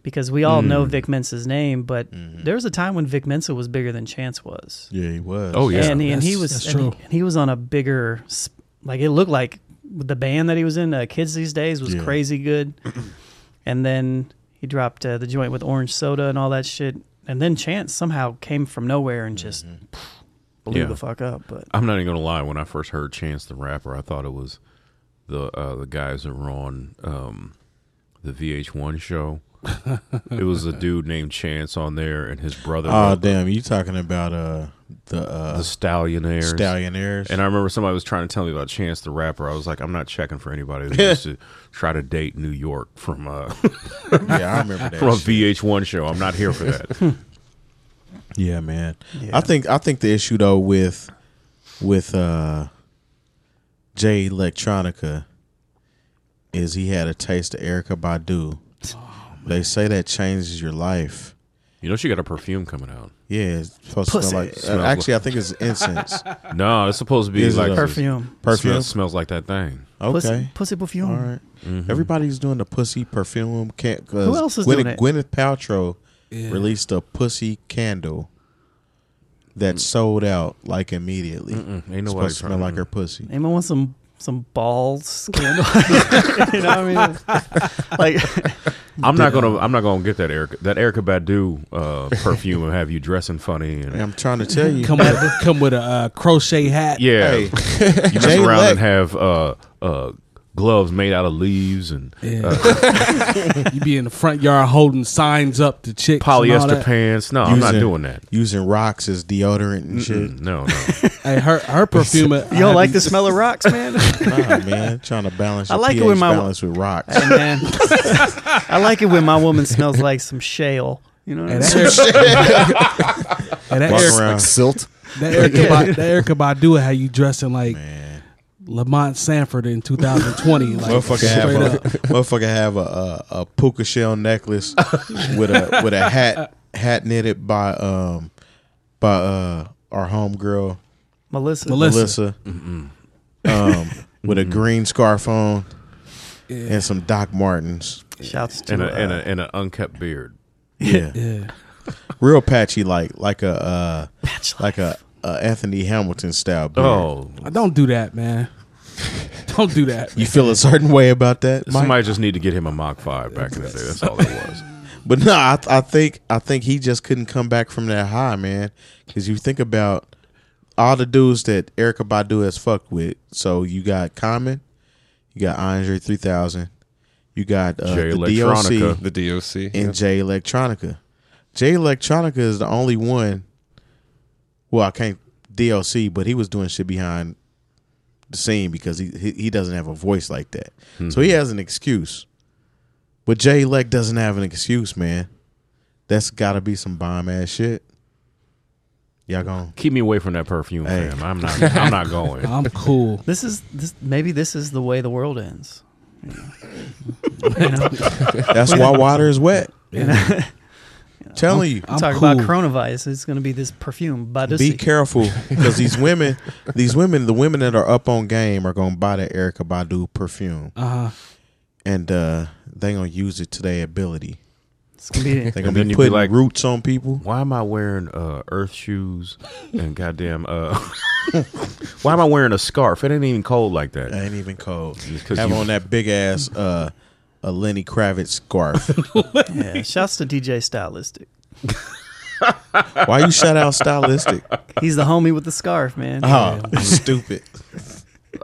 B: Because we all know Vic Mensa's name, but there was a time when Vic Mensa was bigger than Chance was.
F: Yeah, he was.
C: Oh yeah,
B: and, he, and he
E: That's-
B: was and
E: that's
B: he-
E: true.
B: and he was on a bigger s- like it looked like the band that he was in uh, kids these days was
F: Yeah.
B: crazy good and then he dropped uh, the joint with orange soda and all that shit and then chance somehow came from nowhere and just
F: Mm-hmm.
B: blew
C: Yeah.
B: the fuck up but
C: I'm not even gonna lie. When I first heard Chance the Rapper, I thought it was the uh, the guys that were on um, the VH1 show. it was a dude named Chance on there, and his brother,
F: Oh
C: wrote
F: damn, you talking about uh the uh
C: the Stallionaires.
F: Stallionaires?
C: and I remember somebody was trying to tell me about Chance the Rapper. I was like, I'm not checking for anybody who used to try to date New York from uh,
F: yeah, I remember that.
C: from a
F: shit.
C: VH1 show. I'm not here for that.
F: Yeah, man.
B: Yeah.
F: I think I think the issue though with with uh Jay Electronica is he had a taste of Erica Badu.
B: Oh,
F: they say that changes your life.
C: you know, she got a perfume coming out.
F: Yeah, it's supposed to
B: Pussy.
F: smell like.
C: Smells
F: actually, I think it's incense.
C: No, it's supposed to be
F: Is it
C: like
F: a-
B: perfume
F: Perfume.
C: Smells, smells like that thing.
B: pussy,
F: Okay.
B: pussy perfume
F: All right. Everybody's doing the pussy perfume. Can't, cause
B: Mm-hmm. Who else is
F: Gwyneth,
B: doing it?
F: Gwyneth Paltrow
E: Yeah.
F: released a pussy candle that sold out like immediately.
C: Mm. Mm-mm, ain't
F: It's
C: nobody
F: supposed to smell
C: trying-
F: like her pussy.
B: anyone want some some balls candle you know what i mean like
C: I'm not gonna. I'm not gonna get that Erica. That Erica Badu uh, perfume will have you dressing funny and
F: I'm trying to tell you.
E: Come with a, come with a uh, crochet hat.
C: yeah.
F: Hey,
C: You mess
F: Jay
C: around
F: Leck-
C: and have uh, uh, gloves made out of leaves and uh,
E: Yeah. you be in the front yard holding signs up to chicks. and all
C: polyester
E: that.
C: pants. No, I'm not
F: Using-
C: doing that.
F: using rocks as deodorant and shit.
C: Mm, No, no.
E: Hey, her her perfume. I
B: you don't like
E: haven't-
B: the smell of rocks man
F: Nah, man, trying to balance.
B: I
F: your
B: like it
F: pH
B: when my-
F: balance with rocks.
B: Hey, man. I like it when my woman smells like some shale. You know what I
E: Hey,
B: mean?
E: that Erica- Hey, that
F: Walk
E: Erica-
F: around.
D: Silt.
E: That Erica, ba- that Erica Badu, how you dressing like Lamont Sanford in 2020? Like,
F: Motherfucker have
E: straight
F: a
E: up.
F: motherfucker have a, a a puka shell necklace with a with a hat hat knitted by um by uh our homegirl
B: Melissa.
E: Melissa.
F: Melissa, um with a green scarf on and some Doc Martens.
B: Shouts to
C: And a,
B: uh,
C: and a and an unkept beard.
F: Yeah,
E: Yeah.
F: real patchy like like a uh,
B: Patch
F: like a, a Anthony Hamilton style. Beard.
C: Oh,
E: Don't do that, man. Don't do that.
F: You feel a certain way about that, Mike?
C: somebody just need to get him a Mach Five back in the day. That's all it was.
F: But no, I, I think I think he just couldn't come back from that high, man. Because you think about all the dudes that Erica Badu has fucked with. So you got Common, you got Andre three thousand, you got uh,
C: Jay
F: the DOC
C: Electronica.
D: The DOC.
F: and
D: yeah.
F: Jay Electronica. Jay Electronica is the only one. Well, I can't DLC, but he was doing shit behind the scene because he he, he doesn't have a voice like that, so he has an excuse. But Jay Elect doesn't have an excuse, man. That's got to be some bomb ass shit. Y'all gone?
C: Keep me away from that perfume,
F: Hey.
C: fam. I'm not. I'm not going.
E: I'm cool.
B: This is this. Maybe this is the way the world ends. You know?
F: That's why water is wet. Telling you,
E: I'm
B: Talk
E: cool.
B: about coronavirus. It's going to be this perfume. Badusi.
F: be careful because these women, these women, the women that are up on game are gonna buy that Erica Badu perfume.
E: Uh-huh.
F: and uh, they gonna use it to their ability.
B: It's going to be.
F: They
C: And
F: gonna
C: then
F: be
C: you be
F: putting
C: like-
F: roots on people.
C: Why am I wearing uh, Earth shoes and goddamn? Uh, why am I wearing a scarf? It ain't even cold like that.
F: I ain't even cold.
C: Just 'cause
F: Have
C: you-
F: on that big ass uh, a Lenny Kravitz scarf.
B: Yeah. Shouts to DJ Stylistic.
F: Why you shout out stylistic?
B: He's the homie with the scarf, man.
F: Oh, stupid.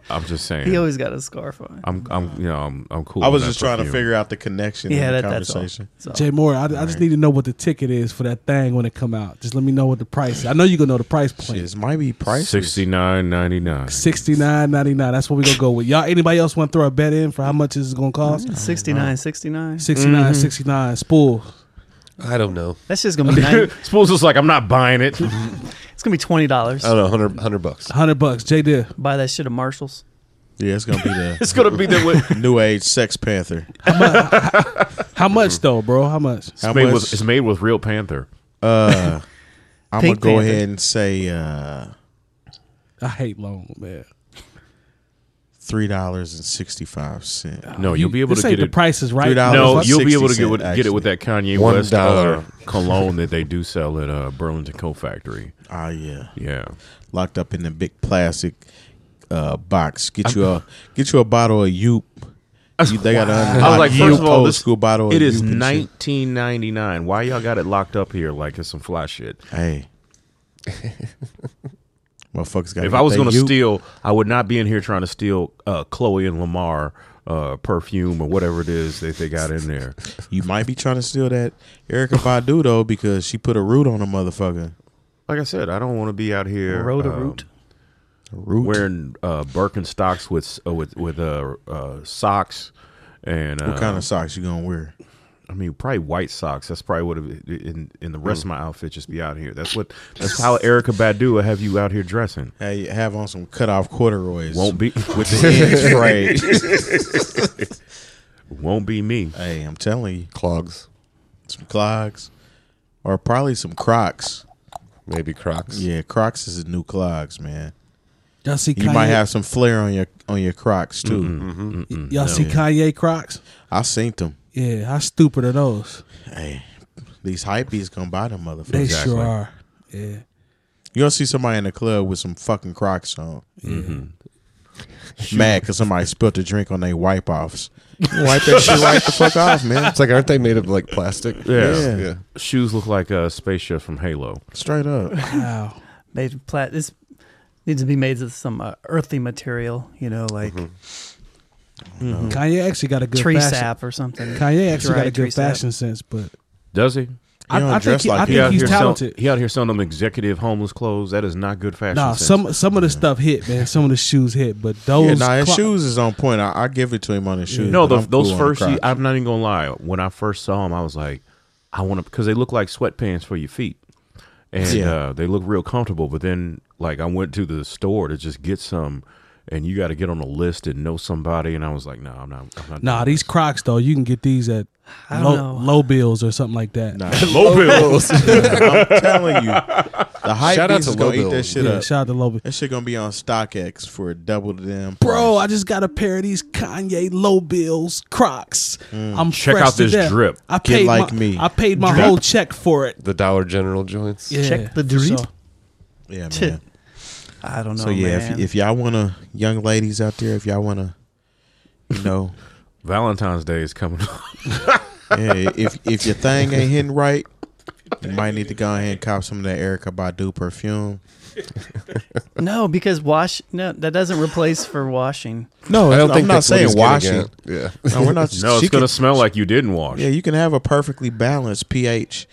C: I'm just saying.
B: He always got a scarf
F: Oh,
B: on.
C: I'm, I'm, you know, I'm, I'm cool.
F: I was
C: with
F: just
C: that
F: trying to
C: perfume.
F: figure out the connection
B: Yeah,
F: in the
B: that, that's all.
F: conversation.
B: That's all.
E: Jay Moore, I, I just need to know what the ticket is for that thing when it come out. Just let me know what the price. is. I know you're gonna know the price point.
F: Shit, it might be prices.
C: Sixty nine ninety nine.
E: Sixty nine ninety nine. That's what we gonna go with. Y'all. Anybody else want to throw a bet in for how much this is gonna cost?
B: Mm-hmm. 69, 69.
E: Sixty nine, sixty nine. Spool.
D: I don't know.
B: That's just gonna be 90,
C: Spools was like, I'm not buying it.
B: it's gonna be twenty dollars.
D: I
F: Oh.
D: don't know. 100, 100 bucks.
E: Hundred bucks. J did.
B: Buy that shit at Marshalls.
F: Yeah, it's gonna be the
C: it's gonna be the way.
F: new age sex panther.
E: How much
F: Mm-hmm.
E: though, bro? How much?
F: How
C: it's, made
F: much?
C: with, it's made with real panther.
F: Uh, I'm gonna
B: Pink
F: go
B: Panther.
F: ahead and say uh,
E: I hate loan, man.
F: three dollars and sixty five cents.
C: No, you'll be able
E: this
C: to
E: ain't
C: get
E: the
C: it.
E: prices, right?
F: $3.
C: No,
F: It's
C: you'll
F: like
C: be able to
F: 60
C: get, with,
F: cent,
C: get it with that Kanye
D: One
C: West
D: dollar.
C: uh, cologne that they do sell at uh, Burlington Co Factory.
F: Ah, yeah.
C: Yeah,
F: locked up in the big plastic uh, box. Get you a get you a bottle of Yoop. You, they got
C: I was like, first of all,
F: old
C: this
F: school bottle. Of
C: It is
F: Yoop and shit.
C: 1999. Why y'all got it locked up here like it's some fly shit?
F: Hey, motherfuckers got.
C: If I was
F: going
C: gonna
F: to
C: steal, I would not be in here trying to steal uh, Chloe and Lamar uh, perfume or whatever it is that they got in there.
F: you might be trying to steal that Erica Badu though because she put a root on a motherfucker.
C: Like I said, I don't want to be out here
B: Road a
C: um,
B: root.
F: A root.
C: wearing uh, Birkenstocks with uh, with with uh, uh, socks and uh,
F: what kind of socks you gonna wear?
C: I mean, probably white socks. That's probably what it, in in the rest of my outfit just be out here. That's what. That's how Erica Badu will have you out here dressing.
F: Hey, have on some cut off corduroys.
C: Won't be
F: with the ends frayed.
C: won't be me.
F: hey, I'm telling you,
D: Clogs.
F: some clogs, or probably some Crocs.
D: Maybe Crocs.
F: Yeah, Crocs is the new clogs, man.
E: Y'all see Kanye?
F: You might have mm, some flair on your on your Crocs too. Mm-hmm.
E: y'all see Kanye Crocs?
F: I seen them.
E: Yeah. How stupid are those?
F: Hey, these hypebeasts gonna buy them
E: They
F: motherfuckers.
E: sure are. Yeah.
F: You gonna see somebody in the club with some fucking Crocs on.
C: Mm-hmm.
F: Mad because somebody spilt a drink on their wipe offs. Wipe that shit right the fuck off, man.
D: It's like, aren't they made of like plastic?
C: Yeah.
F: Yeah.
D: Yeah.
C: Shoes look like a uh, spaceship from Halo.
F: Straight up.
E: Wow.
B: Made of plat. This needs to be made of some uh, earthy material. You know, like
F: Mm-hmm. Um,
E: Kanye actually got a good
B: tree
E: fashion.
B: sap or something.
E: Kanye actually got
B: Dry
E: a
B: tree
E: good
B: sap.
E: fashion sense, but
C: Does he?
E: I,
F: don't
E: I think,
F: dress
E: he,
F: like
E: I
F: he
E: think
F: out
E: he's
C: here
E: talented.
C: Sell, he out here selling them executive homeless clothes. That is not good fashion.
E: Nah,
C: sense.
E: some some of the stuff hit, man. Some of the shoes hit, but those
F: Yeah, nah, his
E: clo-
F: shoes is on point. I, I give it to him on his shoes.
C: No,
F: but
C: the,
F: I'm
C: those
F: cool on the
C: first. ye-
F: Crocs.
C: I'm not even gonna lie. When I first saw them, I was like, I want to because they look like sweatpants for your feet, and
F: Yeah.
C: uh, they look real comfortable. But then, like, I went to the store to just get some, and you got to get on a list and know somebody. And I was like, No, I'm not. I'm not
E: Nah, these Crocs though, you can get these at
B: don't
E: low,
B: know.
E: low bills or something like that.
F: Nah.
D: Oh,
C: low bills.
F: I'm telling you, the
D: Shout out
F: hypebeasts
D: to
F: is gonna eat
D: Lobo.
F: that shit
E: Yeah,
F: up.
E: shout out to Low Bill.
F: That shit gonna be on StockX for double the damn.
E: Bro,
F: price.
E: I just got a pair of these Kanye Low Bills Crocs.
F: Mm.
E: I'm
C: Check
E: fresh
C: out
E: to
C: this
E: death.
C: drip.
E: I
F: Get
E: paid
F: like
E: my,
F: me.
E: I paid my
F: Drip.
E: whole check for it.
D: The Dollar General joints.
E: Yeah,
B: Check the drip.
E: So,
F: yeah, man.
B: Shit. I don't know.
F: So yeah,
B: man.
F: if, if y'all want to, young ladies out there, if y'all want to, you know,
C: Valentine's Day is coming. up.
F: yeah, if if your thing ain't hitting right, you might need to go ahead and cop some of that Erica Badu perfume.
B: no, because wash. No, that doesn't replace for washing.
F: No,
D: I don't
F: I'm
D: think
F: not
D: that's
F: saying
D: what he's
F: washing.
D: gonna get. Yeah.
F: No, we're not.
C: No,
F: she
C: it's gonna
F: can-
C: smell like you didn't wash.
F: Yeah, you can have a perfectly balanced pH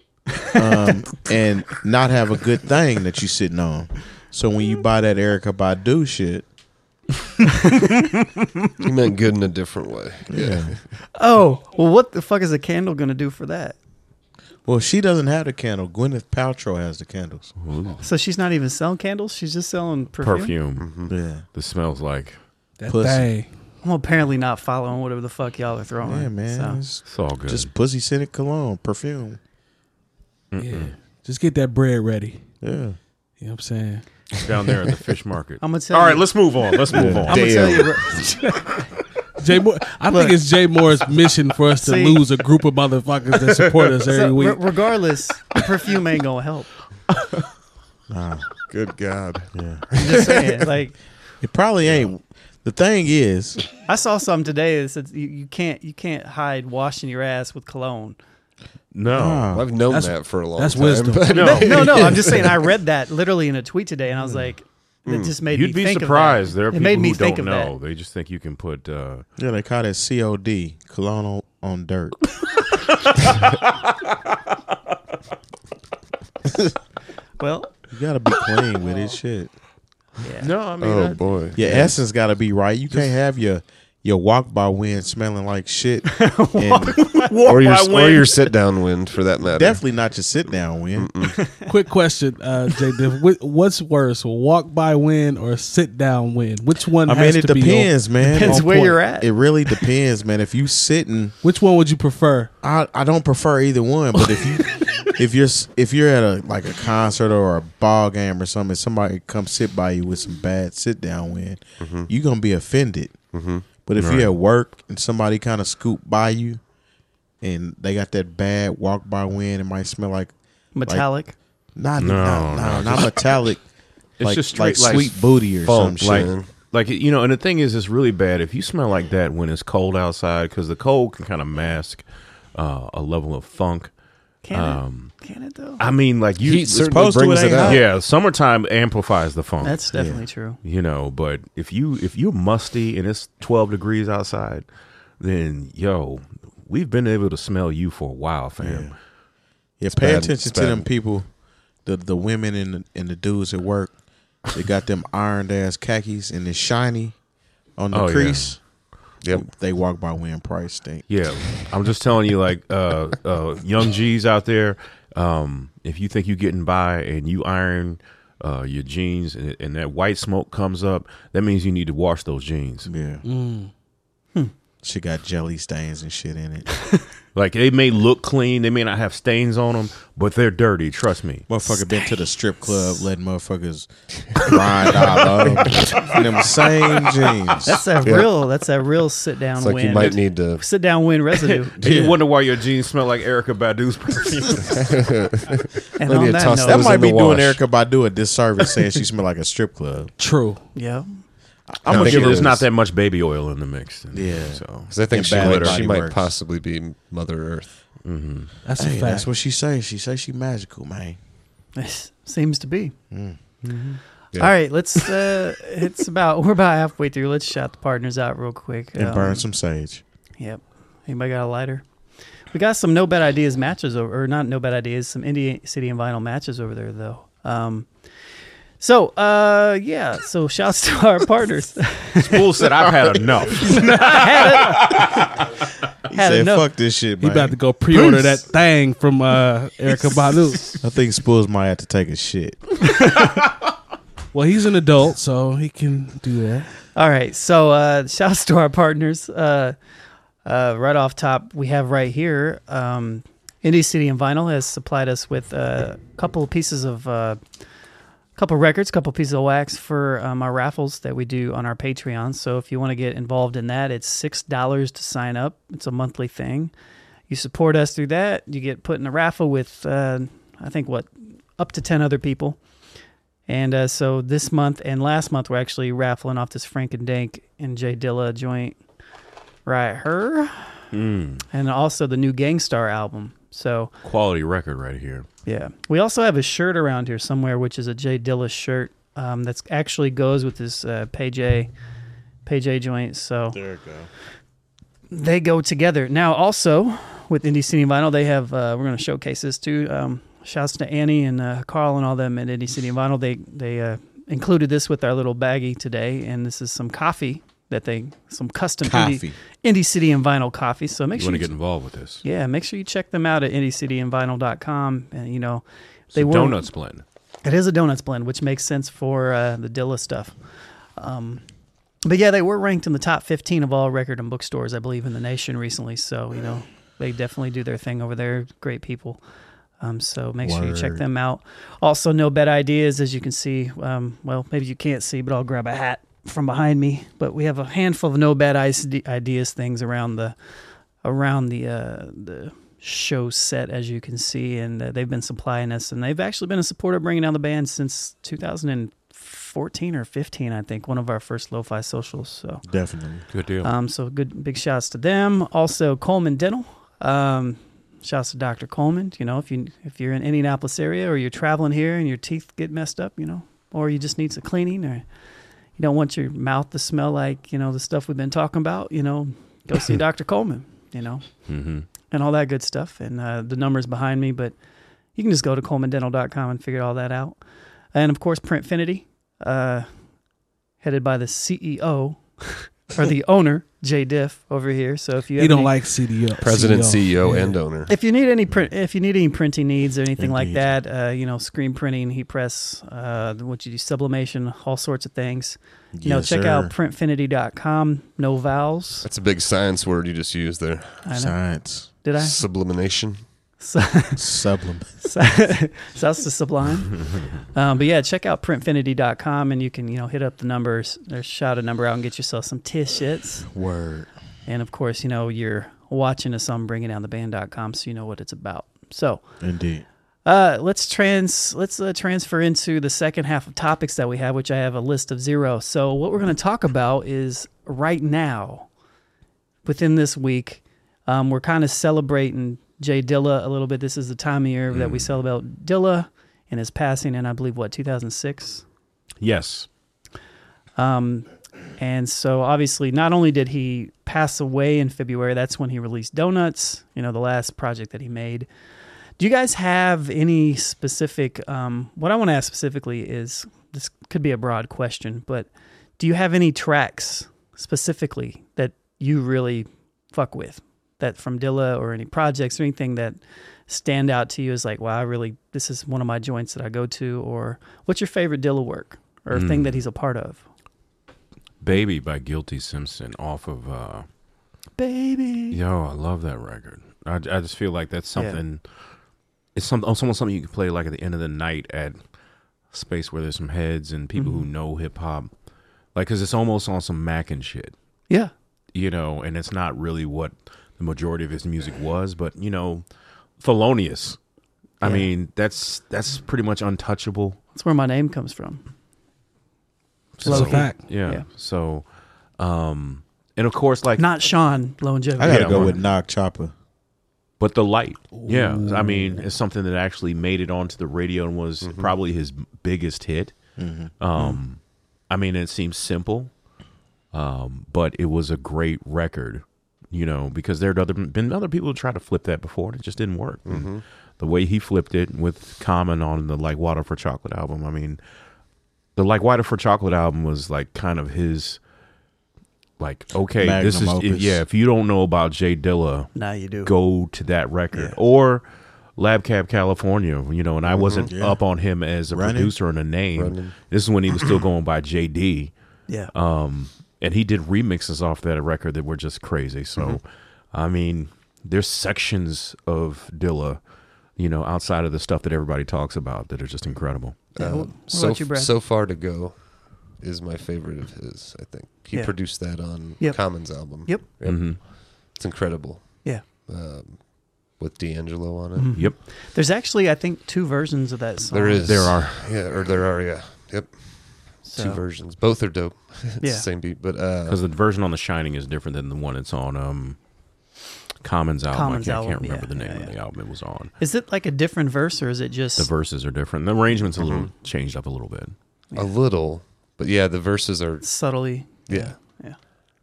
F: um, and not have a good thing that you sitting on. So when you buy that Erica Badu shit,
D: He meant good in a different way. Yeah.
B: Oh, well, what the fuck is a candle going to do for that?
F: well, she doesn't have the candle. Gwyneth Paltrow has the candles.
B: So she's not even selling candles. She's just selling perfume.
C: Perfume.
F: Yeah,
C: This smells like
E: That
F: Pussy.
E: thing.
B: I'm apparently not following whatever the fuck y'all are throwing.
F: yeah, man.
B: So.
F: It's
C: it's all good.
F: just pussy scented cologne, perfume.
E: Yeah. Just get that bread ready.
F: Yeah,
E: You know what I'm saying?
C: down there at the fish market.
B: I'm gonna tell
C: all right,
B: you.
C: let's move on. Let's move on.
B: I'm gonna tell you.
E: Jay Moore, I
B: Look.
E: think it's Jay Moore's mission for us to
B: See.
E: lose a group of motherfuckers that support us every
B: So,
E: week.
B: re- regardless, perfume ain't gonna help.
D: Good God.
F: yeah.
B: I'm just saying. Like
F: It probably ain't. The thing is,
B: I saw something today that said you, you can't you can't hide washing your ass with cologne.
C: No.
F: uh,
D: I've known
E: That's-
D: that for a long
E: that's
D: time.
E: wisdom.
D: but-
C: No.
B: No, no, I'm just saying I read that literally in a tweet today, and I
F: Hmm.
B: was like, it just made
C: You'd
B: me
C: be
B: think
C: surprised.
B: Of that.
C: There are
B: it
C: people
B: made me
C: who
B: think
C: don't
B: of
C: know.
B: that.
C: They just think you can put uh,
F: yeah, they call that COD, cologne on, on dirt.
B: Well,
F: You gotta be clean with this shit.
B: yeah.
C: No, I mean,
D: oh boy.
F: Your essence gotta be right. You can't have your your walk by wind smelling like shit. and
D: Or your
C: by
D: or
C: wind.
D: your sit down wind for that matter.
F: definitely not your sit down wind.
E: Quick question, uh, Jay Diff. Wh- What's worse, walk by win or sit down win? Which one
F: I
E: has
F: mean, it
E: to be on-
F: depends, man.
B: Depends
F: On
B: where
F: point.
B: you're at.
F: It really depends, man. If you sitting,
E: Which one would you prefer?
F: I I don't prefer either one, but if you if you're s- if you're at a like a concert or a ball game or something, somebody come sit by you with some bad sit down wind,
C: Mm-hmm.
F: you're gonna be offended. But if you're at work and somebody kind of scoop by you, and they got that bad walk by wind, it might smell like
B: metallic.
F: not
C: No,
F: not,
C: no,
F: no, not metallic.
C: It's
F: like,
C: just
F: like
C: straight, like,
F: sweet booty or some
D: funk,
F: shit.
D: like-
C: like you know, and the thing is, it's really bad if you smell like that when it's cold outside because the cold can kind of mask uh, a level of funk.
B: Can
C: Um,
B: it? Can it though?
C: I mean, like you,
D: Heat
C: it's-
D: certainly
F: supposed to,
D: brings
F: it
D: it
F: ain't
D: out.
F: hot.
C: yeah, summertime amplifies the funk.
B: That's definitely true.
C: you know, but if you if you're musty and it's 12 degrees outside, then yo, we've been able to smell you for a while, fam.
F: Yeah, pay
D: bad.
F: attention
D: It's
F: to them
D: bad.
F: people, the the women and the, and the dudes at work. They got them ironed ass khakis and it's shiny on the
C: Oh, yeah.
F: crease.
D: Yep.
F: They walk by wearing price stink.
C: Yeah, I'm just telling you, like uh, uh, young G's out there, um, if you think you're getting by and you iron uh, your jeans and, and that white smoke comes up, that means you need to wash those jeans.
F: Yeah,
E: Mm.
F: Hmm. she got jelly stains and shit in it.
C: Like they may look clean, they may not have stains on them, but they're dirty. Trust me.
F: Motherfucker been to the strip club letting motherfuckers grind all over them same jeans.
B: That's that
D: Yeah.
B: real. That's that real sit down
D: It's like
B: win.
D: you might need to
B: sit down win residue.
C: And you wonder why your jeans smell like Erica Badu's perfume.
B: and
D: Let me
B: on that
D: toss
B: note,
F: that
D: was
F: might
D: in the
F: be doing
D: wash.
F: Erica Badu a disservice saying she smell like a strip club.
E: True.
B: yeah.
C: I'm gonna
D: think
C: give
D: it
C: her. There's not
D: is.
C: that much baby oil in the mix.
F: Yeah.
C: So
D: because I think
F: Yeah,
D: she
F: bad
D: might,
F: body
D: she might
F: works.
D: possibly be Mother Earth.
E: That's a
F: Hey,
E: fact.
F: that's what she say. She say she magical, man.
B: This seems to be. Mm-hmm.
D: Yeah.
B: All right, let's. Uh, it's about we're about halfway through. Let's shout the partners out real quick.
F: And
B: Um,
F: burn some sage.
B: Yep. Anybody got a lighter? We got some no bad ideas matches over, or not no bad ideas, some indie city and vinyl matches over there though. Um, so uh, yeah, so shouts to our partners.
C: Spool said I've had enough.
F: He
B: Had
F: said,
B: enough.
F: "Fuck this shit,
E: He
F: man."
E: about to go pre-order
B: Peace.
E: that thing from uh, Erica Badu.
F: I think Spools might have to take a shit.
E: Well, he's an adult, so he can do that.
B: All right. So, uh, shouts to our partners. Uh, uh, right off top, we have right here um, Indie City and Vinyl has supplied us with uh, a couple pieces of. Uh, couple records couple pieces of wax for um, our raffles that we do on our patreon so if you want to get involved in that it's six dollars to sign up it's a monthly thing you support us through that you get put in a raffle with uh, i think what up to 10 other people and uh, so this month and last month, we're actually raffling off this Frank and Dank and Jay Dilla joint, right? Her,
C: Mm,
B: and also the new Gangstar album. So
C: Quality record right here.
B: yeah, we also have a shirt around here somewhere, which is a Jay Dilla shirt um, that's actually goes with this uh, PJ PJ joint. So
F: There it go.
B: they go together. Now, also, with Indie City Vinyl. They have uh, we're going to showcase this too. Um, shouts to Annie and uh, Carl and all them at Indie City Vinyl. They they uh, included this with our little baggie today, and this is some coffee that they some custom Indie,
F: Coffee.
B: Indie City and Vinyl coffee. So make
C: You
B: sure
C: want
B: you
C: to get involved with this?
B: yeah, make sure you check them out at indiecityandvinyl.com. And you know, they
C: It's a
B: were
C: donuts blend.
B: It is a donuts blend, which makes sense for uh, the Dilla stuff. Um, but yeah, they were ranked in the top 15 of all record and bookstores, I believe, in the nation recently. So you know, they definitely do their thing over there. Great people. Um, so make sure you check
F: Word.
B: them out. Also, no bad ideas, as you can see. Um, well, maybe you can't see, but I'll grab a hat from behind me. But we have a handful of no bad Ice- ideas things around the around the uh, the show set, as you can see, and uh, they've been supplying us, and they've actually been a supporter of bringing down the band since 2014 or 15, I think, one of our first lo-fi socials. So,
F: Definitely.
C: Good deal.
B: um, so good, big shouts to them. Also, Coleman Dental. Um, shouts to Dr. Coleman. You know, if you if you're in Indianapolis area or you're traveling here and your teeth get messed up, you know, or you just need some cleaning, or you don't want your mouth to smell like you know the stuff we've been talking about, you know, go see Dr. Coleman. You know
C: mm-hmm.
B: and all that good stuff. And uh, the numbers behind me, but you can just go to ColemanDental.com and figure all that out. And of course, Printfinity, uh, headed by the CEO or the owner, Jay Diff, over here. So if you
E: He
B: have
E: don't
B: any-
E: like CDO.
D: President, CEO,
E: Yeah.
D: and owner.
B: if you need any print, if you need any printing needs or anything like
F: Indeed.
B: that, uh, you know, screen printing, heat press, uh, what you do, sublimation, all sorts of things. You know,
F: Yes,
B: check
F: sir.
B: out printfinity.com. No vowels.
D: That's a big science word you just used there.
B: I know.
F: Science.
B: Did I?
D: Sublimination.
B: So-
F: Supplement.
B: So South to Sublime. Um, but yeah, check out printfinity.com and you can, you know, hit up the numbers or shout a number out and get yourself some t-shirts.
F: Word.
B: And of course, you know, you're watching us on bringing down the band.com so you know what it's about. So
F: Indeed.
B: uh, let's trans let's uh, transfer into the second half of topics that we have, which I have a list of zero. So what we're going to talk about is right now, within this week, um, we're kind of celebrating Jay Dilla a little bit. This is the time of year that we celebrate Dilla and his passing in I believe what 2006.
C: Yes.
B: Um, and so obviously, not only did he pass away in February, that's when he released Donuts, you know, the last project that he made. Do you guys have any specific? Um, what I want to ask specifically is this could be a broad question, but do you have any tracks specifically that you really fuck with that from Dilla or any projects or anything that stand out to you as like, wow, I really, this is one of my joints that I go to? Or what's your favorite Dilla work or thing that he's a part of?
C: Baby by Guilty Simpson off of uh
B: baby.
C: yo, I love that record. I, I just feel like that's
B: Yeah.
C: something it's some it's almost something you can play like at the end of the night at a space where there's some heads and people
B: Mm-hmm.
C: who know hip hop. Like cuz it's almost on some Mac and shit,
B: Yeah.
C: you know, and it's not really what the majority of his music was, but you know, felonious. I
B: Yeah.
C: mean, that's that's pretty much untouchable.
B: That's where my name comes from.
E: It's a
B: Low-key.
E: fact.
C: Yeah.
B: Yeah.
C: So, um, and of course, like,
B: Not Sean Longevity.
F: I gotta
C: Yeah,
F: go
C: word.
F: with Knock Chopper.
C: but the light. Yeah. I mean, it's something that actually made it onto the radio and was probably his biggest hit. Um, I mean, it seems simple, um, but it was a great record, you know, because there had other, been other people who tried to flip that before and it just didn't work. And The way he flipped it with Common on the Like Water for Chocolate album, I mean, the Like Water for Chocolate album was like kind of his. Like okay, this is
F: Magnum opus.
C: yeah. If you don't know about Jay Dilla,
B: Now you do.
C: go to that record or Lab Cab California, you know,
B: Mm-hmm.
C: and I wasn't
F: Yeah.
C: up on him as a
F: Running.
C: producer and a name. This is when he was still going by JD.
B: Yeah.
C: Um, and he did remixes off that record that were just crazy. So,
B: Mm-hmm.
C: I mean, there's sections of Dilla, you know, outside of the stuff that everybody talks about that are just incredible.
B: Yeah,
D: Um,
B: what- what
D: so
B: about you, Brad?
D: so far to go is my favorite of his. I think he
B: Yeah.
D: produced that on
B: Yep.
D: Common's album.
B: Yep.
C: Mm-hmm.
D: it's incredible.
B: Yeah.
D: um, with D'Angelo on it.
B: Mhm.
C: Yep,
B: There's actually, I think, two versions of that song.
D: There is
C: there are.
D: yeah, or there are yeah. Yep, two
B: So,
D: versions. Both are dope. it's
B: Yeah.
D: the same beat, but uh,
C: Because the version on The Shining is different than the one that's on um, Common's album.
B: Common's
C: I, can't, I can't
B: album,
C: remember
B: yeah,
C: the name
B: yeah,
C: of
B: yeah.
C: the album it was on.
B: Is it like a different verse or is it just.
C: the verses are different. The arrangement's a little
B: Mm-hmm.
C: changed up a little bit.
B: yeah.
D: a little. But yeah, the verses are
B: subtly.
D: yeah.
B: Yeah.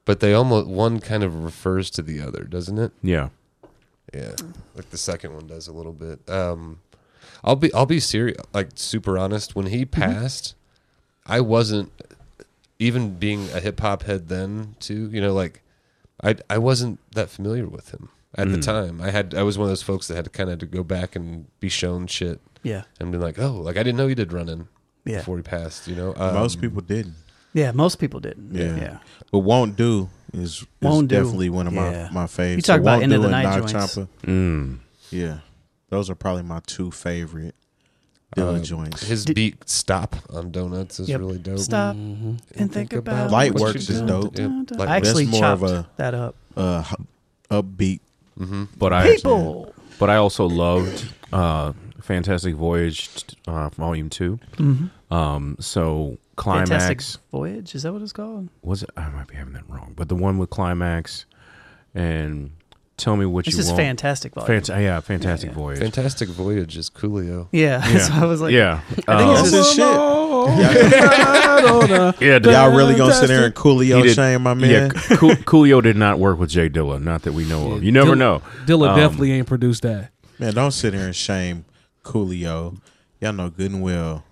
D: But they almost one kind of refers to the other, doesn't it?
C: Yeah,
D: Yeah,
B: Hmm.
D: like the second one does a little bit. Um, I'll be I'll be serious, like super honest. When he
B: Mm-hmm.
D: passed, I wasn't even being a hip hop head then too. You know, like I I wasn't that familiar with him at the time. I had I was one of those folks that had to kind of to go back and be shown shit
B: Yeah.
D: and be like, oh, like I didn't know you did running
B: Yeah.
D: before he passed. You know, um,
F: Most people didn't.
B: Yeah. Most people didn't.
F: Yeah.
B: Yeah.
F: But won't do is, is
B: Won't Do.
F: definitely one of
B: Yeah.
F: my my faves.
B: You talk about
F: Won't
B: end of
F: Do
B: the
F: and
B: night
F: Knock
B: joints.
F: Chopper.
C: Mm.
F: Yeah, those are probably my two favorite Dilla
D: Uh,
F: joints.
D: His
B: Did-
D: beat "Stop" on Donuts is
B: Yep.
D: really dope.
B: Stop Mm, and think,
D: think
B: about,
D: about
F: Light
B: what
F: Works
B: you
F: is
B: done.
F: dope.
D: Yeah,
B: Dun, dun.
D: Light
B: I
D: Works.
B: actually
F: That's more of
B: chopped
F: a-
B: that up.
F: Uh, h- upbeat.
D: Mm-hmm.
C: But I
B: People.
C: but I also loved uh, Fantastic Voyage uh, Volume Two.
B: Mhm.
C: Um, so climax
B: Fantastic Voyage. Is that what it's called?
C: was it? I might be having that wrong, but the one with climax and tell me what
B: This
C: you
B: is
C: want.
B: fantastic volume.
C: Fant- yeah, Fantastic
B: Yeah.
C: Voyage.
D: Fantastic Voyage is Coolio.
B: yeah.
C: yeah.
B: so I was like,
C: yeah,
B: I think
C: Um,
B: it's just-
F: Y'all,
C: yeah. the-
F: y'all really gonna sit there and
C: He
F: Coolio
C: did-
F: shame my
C: Yeah,
F: man?
C: Cool- Coolio did not work with Jay Dilla, not that we know of. You never
E: Dilla-
C: know.
E: Dilla
C: Um,
E: definitely ain't produced that.
F: Man, don't sit here and shame Coolio. Y'all know good and well.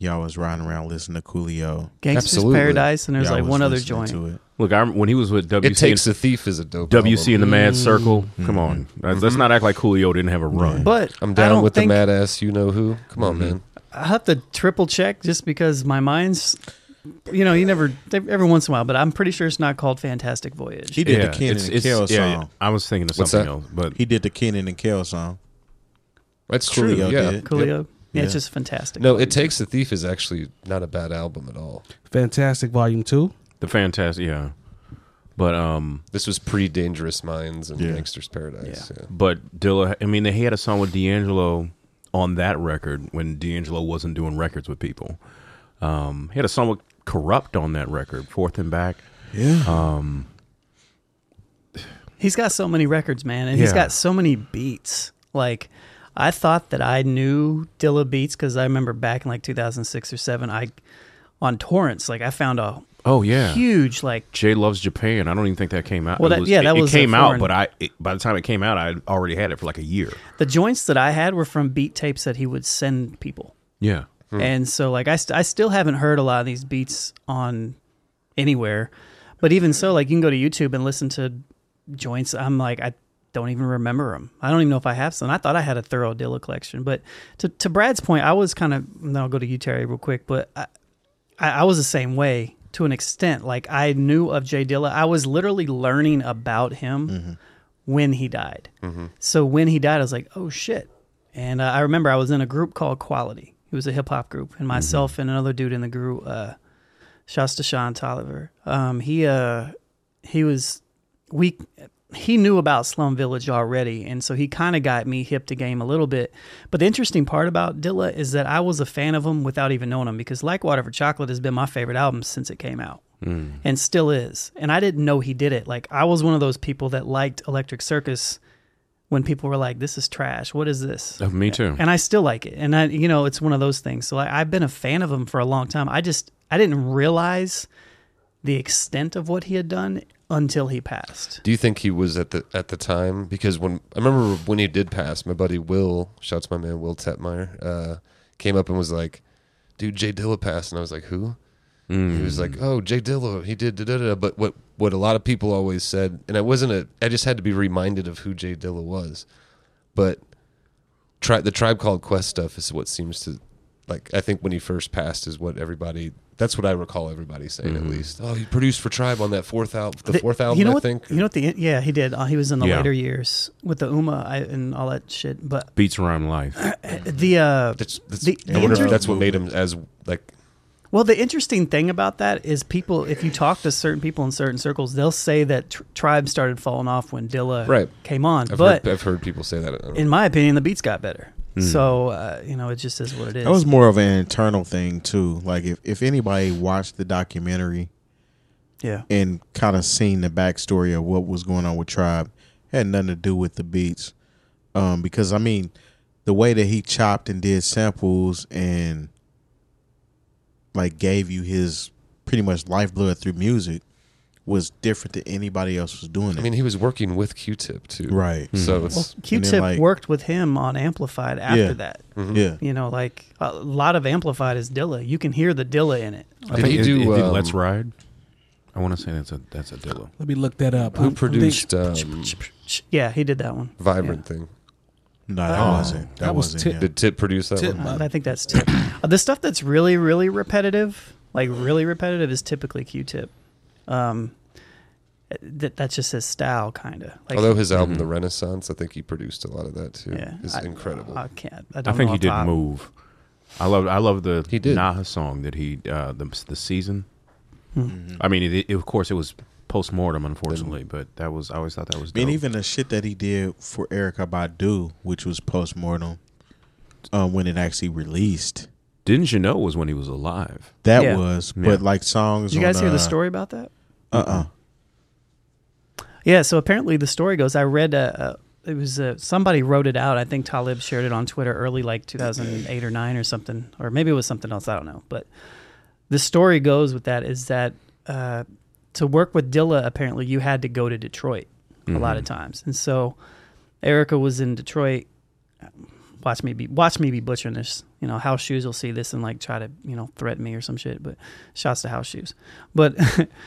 F: Y'all was riding around listening to Coolio.
B: Gangster's
D: Absolutely.
B: Paradise, and there's
F: Y'all
B: like
F: was
B: one other
F: listening
B: joint.
F: to it.
C: Look, I, rem- when he was with WC,
D: It takes a thief is a dope.
C: WC in
D: album.
C: the Mad Circle.
B: Mm-hmm.
C: Come on, Let's- let's not act like Coolio didn't have a run.
B: But
D: I'm
B: I
D: down
B: don't
D: with
B: think,
D: the mad ass. You know who? Come on, man.
B: I have to triple check just because my mind's, you know, you never every once in a while, but I'm pretty sure it's not called Fantastic Voyage.
F: He did the Kenan
C: it's-
F: and
C: it's-
F: Kel
C: yeah, yeah.
F: song.
C: I was thinking of
D: What's
C: something
D: that?
C: else, but
F: He did the Kenan and Kel song.
D: That's
F: True,
D: Coolio.
F: y'all
D: Yeah.
F: did.
B: Coolio.
D: Yep.
B: Yeah,
F: Yeah.
B: it's just fantastic.
D: No, it takes a thief is actually not a bad album at all.
E: Fantastic Volume Two.
C: the fantastic, yeah. But um,
D: This was pre Dangerous Minds and
F: Yeah.
D: Gangster's Paradise. Yeah.
C: but Dilla, I mean, he had a song with D'Angelo on that record when D'Angelo wasn't doing records with people. Um, he had a song with Corrupt on that record, Fourth and Back.
F: Yeah.
B: He's got so many records, man, and
C: Yeah.
B: he's got so many beats. Like, I thought that I knew Dilla beats because I remember back in like 2006 or seven, I on torrents, like I found a
C: Oh yeah,
B: huge like
C: Jay loves Japan. I don't even think that came out.
B: Well,
C: It
B: that- yeah, that
C: it,
B: was
C: it
B: a
C: came out,
B: foreign-
C: but I it, by the time it came out, I already had it for like a year.
B: the joints that I had were from beat tapes that he would send people.
C: Yeah,
B: And so, like, I, st- I still haven't heard a lot of these beats on anywhere. But even so, like, you can go to YouTube and listen to joints. I'm like, I don't even remember them. I don't even know if I have some. I thought I had a thorough Dilla collection. But to, to Brad's point, I was kind of, and then I'll go to you, Terry, real quick. But I, I, I was the same way to an extent. Like, I knew of Jay Dilla, I was literally learning about him when he died. So when he died, I was like, oh shit. And uh, I remember I was in a group called Quality. It was a hip hop group, and myself and another dude in the group, uh, shouts to Sean Tolliver. Um, he uh, he was we he knew about Slum Village already, and so he kind of got me hip to game a little bit. But the interesting part about Dilla is that I was a fan of him without even knowing him because Like Water for Chocolate has been my favorite album since it came out and still is. And I didn't know he did it. Like I was one of those people that liked Electric Circus when people were like, "This is trash. What is this?"
C: Oh, me too.
B: and I still like it. And I, you know, it's one of those things. So I, I've been a fan of him for a long time. I just I didn't realize the extent of what he had done until he passed.
D: Do you think he was at the at the time? Because when I remember when he did pass, my buddy Will, shouts to my man Will Tetmeyer, uh, came up and was like, "Dude, Jay Dilla passed," and I was like, "Who?" He was
B: Mm.
D: like, "Oh, Jay Dilla, he did da da da." But what what a lot of people always said, and I wasn't a, I just had to be reminded of who Jay Dilla was. But tri- the tribe called Quest stuff is what seems to like. I think when he first passed is what everybody. That's what I recall everybody saying at least. Oh, he produced for Tribe on that fourth album, the, fourth album,
B: Mm-hmm. you know
D: I
B: what,
D: think.
B: You know what the yeah he did. Uh, he was in the
C: Yeah.
B: later years with the Uma I, and all that shit. But
C: beats rhyme life.
B: the uh,
D: That's, that's
B: The-
D: I wonder
B: Andrew-
D: if that's what made him as like
B: Well, the interesting thing about that is people, if you talk to certain people in certain circles, they'll say that tr- Tribe started falling off when Dilla
D: Right.
B: came on.
D: I've
B: but
D: heard I've heard people say that. I don't know.
B: in my opinion, the beats got better. So, uh, you know, it just is what it is.
F: That was more of an internal thing too. Like if, if anybody watched the documentary
B: yeah.
F: and kind of seen the backstory of what was going on with Tribe, had nothing to do with the beats. Um, because I mean, the way that he chopped and did samples and like gave you his pretty much lifeblood through music was different than anybody else was doing it.
D: I mean, Mm-hmm. he was working with Q-Tip too,
F: right.
C: Mm-hmm.
D: So it's
B: Q-Tip
F: like-
B: worked with him on Amplified after
F: Yeah.
B: that.
F: Yeah.
B: You know, like a lot of Amplified is Dilla. You can hear the Dilla in it.
D: did he
C: it-
D: do?
C: it did
D: um,
C: Let's Ride? I want to say that's a that's a Dillo.
E: Let me look that up.
D: Who
E: I'm- I think
D: produced um,
B: Yeah, he did that one.
D: Vibrant thing?
F: No, that wasn't. Ah, That,
E: that was
F: wasn't.
E: Tip.
F: him.
D: Did Tip produce that
E: Tip.
D: one?
B: Uh, I think that's tip. Uh, the stuff that's really, really repetitive, like really repetitive, is typically Q-Tip. Um, that that's just his style, kind of. Like,
D: Although his
C: Mm-hmm.
D: album, The Renaissance, I think he produced a lot of that too.
B: yeah,
D: It's
B: I-
D: incredible.
B: I can't.
C: I
B: I, don't
C: think
B: know
C: he
B: off
C: did
B: top.
C: move. I love I love the
D: He did.
C: Naha song that he uh, the the season. Mm-hmm. I mean, it, it- of course, it was post mortem, unfortunately, but that was I always thought that was.
F: I mean,
C: dope.
F: even the shit that he did for Erica Badu, which was post mortem, um, when it actually released,
C: didn't you know was when he was alive?
F: that
B: Yeah.
F: was.
C: Yeah.
F: But like songs,
B: Did you guys
F: on,
B: hear the
F: uh,
B: story about that?
F: Uh-uh.
B: Yeah, so apparently the story goes. I read uh, uh, it was uh, somebody wrote it out. I think Talib shared it on Twitter early, like 2008 or nine or something, or maybe it was something else. I don't know. But the story goes with that is that uh, to work with Dilla, apparently you had to go to Detroit a lot of times, and so Erica was in Detroit. Watch me be watch me be butchering this. You know, House Shoes will see this and like try to you know threaten me or some shit. But shots to House Shoes. But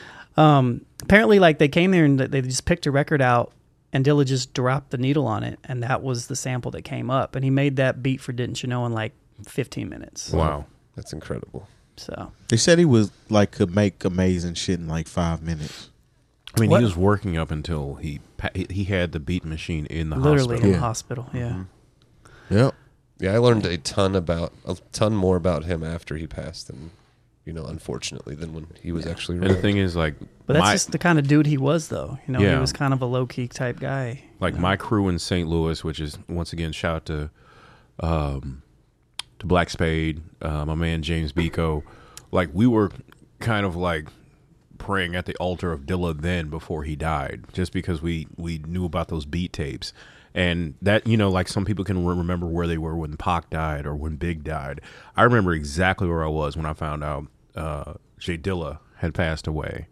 B: um, apparently, like they came there and they just picked a record out, and Dilla just dropped the needle on it, and that was the sample that came up, and he made that beat for "Didn't You Know" in like 15 minutes.
C: Wow,
D: That's incredible.
B: So
F: They said he was like could make amazing shit in like five minutes.
C: I mean,
B: What-
C: he was working up until he pa- he- he had the beat machine in the
B: literally in
C: hospital.
B: the
F: Yeah.
B: hospital, Mm-hmm. yeah.
F: Yep.
D: Yeah, I learned a ton about a ton more about him after he passed than you know, unfortunately, than when he was actually.
C: And the
D: Around.
C: thing is, like,
B: But that's
C: my,
B: just the kind of dude he was, though. You know, he
C: Yeah.
B: was kind of a low key type guy.
C: like my crew in St. Louis, which is once again shout out to um, to Black Spade, uh, my man James Biko. Like we were kind of like praying at the altar of Dilla then before he died, just because we we knew about those beat tapes. And that you know, like some people can re- remember where they were when Pac died or when Big died. I remember exactly where I was when I found out uh, Jay Dilla had passed away.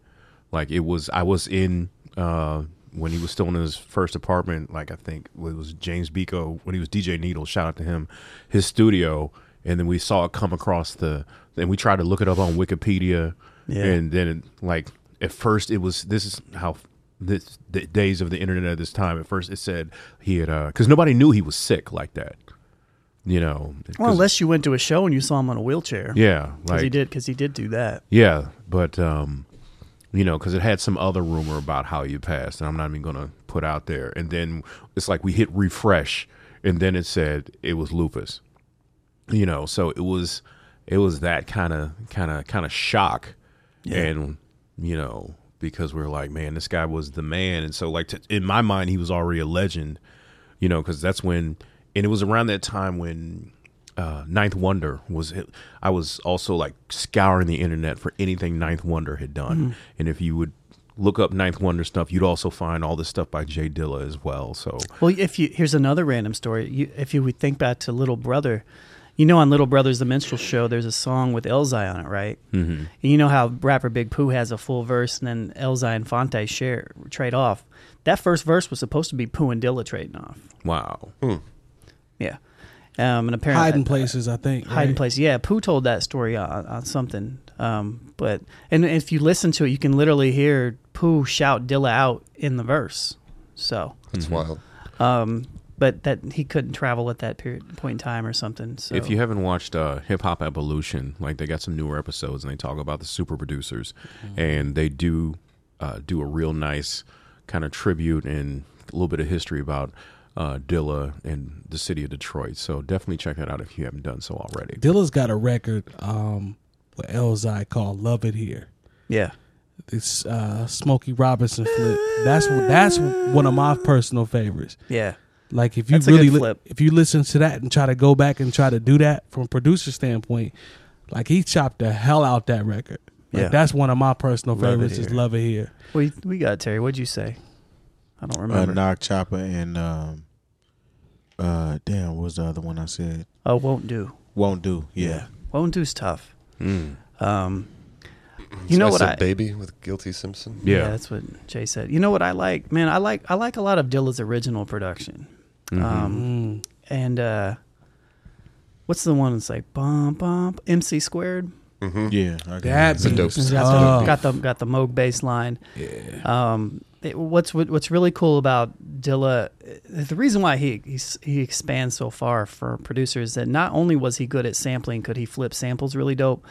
C: Like it was, I was in uh, when he was still in his first apartment. Like I think it was James Biko when he was DJ Needle. Shout out to him, his studio. And then we saw it come across the, and we tried to look it up on Wikipedia.
B: Yeah.
C: And then it, like at first it was this is how this the days of the internet at this time. At first it said he had because nobody knew he was sick like that. You know, 'cause-
B: Well, unless you went to a show and you saw him on a wheelchair.
C: yeah,
B: because
C: like
B: he did, because he did do that.
C: yeah, but um, you know, because it had some other rumor about how you passed, and I'm not even gonna put out there. And then it's like we hit refresh, and then it said it was lupus. You know, so it was it was that kind of kind of kind of shock, and you know, because we are like, man, this guy was the man, and so like to, in my mind, he was already a legend. You know, because that's when, and it was around that time when uh, Ninth Wonder was. I was also like scouring the internet for anything Ninth Wonder had done, and if you would look up Ninth Wonder stuff, you'd also find all this stuff by Jay Dilla as well. So
B: Well, if you here's another random story. You, if you would think back to Little Brother, you know on Little Brother's The Minstrel Show, there's a song with Elzai on it, right? Mm-hmm. And you know how rapper Big Pooh has a full verse, and then Elzai and Fonte share trade off. That first verse was supposed to be Pooh and Dilla trading off.
C: wow,
B: Yeah, um, and apparently
E: Hiding places, I think.
B: hiding
E: right?
B: place. Yeah, Pooh told that story on, on something. Um, but and if you listen to it, you can literally hear Pooh shout Dilla out in the verse. So
D: it's
C: Mm-hmm.
D: wild.
B: um, but that he couldn't travel at that period point in time or something. So
C: If you haven't watched uh, Hip Hop Evolution, like they got some newer episodes and they talk about the super producers,
B: Mm-hmm.
C: and they do uh, do a real nice kind of tribute and a little bit of history about uh, Dilla and the city of Detroit. So definitely check that out if you haven't done so already.
E: Dilla's got a record um, with Elzai called "Love It Here."
B: yeah,
E: It's uh, Smokey Robinson flip. That's that's one of my personal favorites.
B: yeah,
E: Like if you
B: That's a good
E: really li-
B: flip.
E: if you listen to that and try to go back and try to do that from a producer standpoint, like he chopped the hell out that record. Like
B: Yeah.
E: that's one of my personal
C: Love It
E: favorites is
C: Here.
E: Love It Here.
B: we we got it, Terry. What'd you say? I don't
F: Uh,
B: remember.
F: Knock Chopper and um, uh, damn, what was the other one I said?
B: oh, won't do.
F: Won't do. Yeah.
C: Mm.
B: Won't do's tough. Um, You know
D: I
B: what
D: said
B: I-
D: baby with Guilty Simpson.
C: Yeah.
B: that's what Jay said. You know what I like, man? I like I like a lot of Dilla's original production.
C: Mm-hmm.
E: Mm.
B: Um, and uh, what's the one that's like bum bum MC squared?
D: Mm-hmm.
F: Yeah, I can-
E: That
D: a dope
E: beats
D: song.
E: up.
B: Got the got the Moog bass line. Yeah. Um, it- what's what- what's really cool about Dilla? uh, The reason why he he's, he expands so far for producers is that not only was he good at sampling, could he flip samples really dope.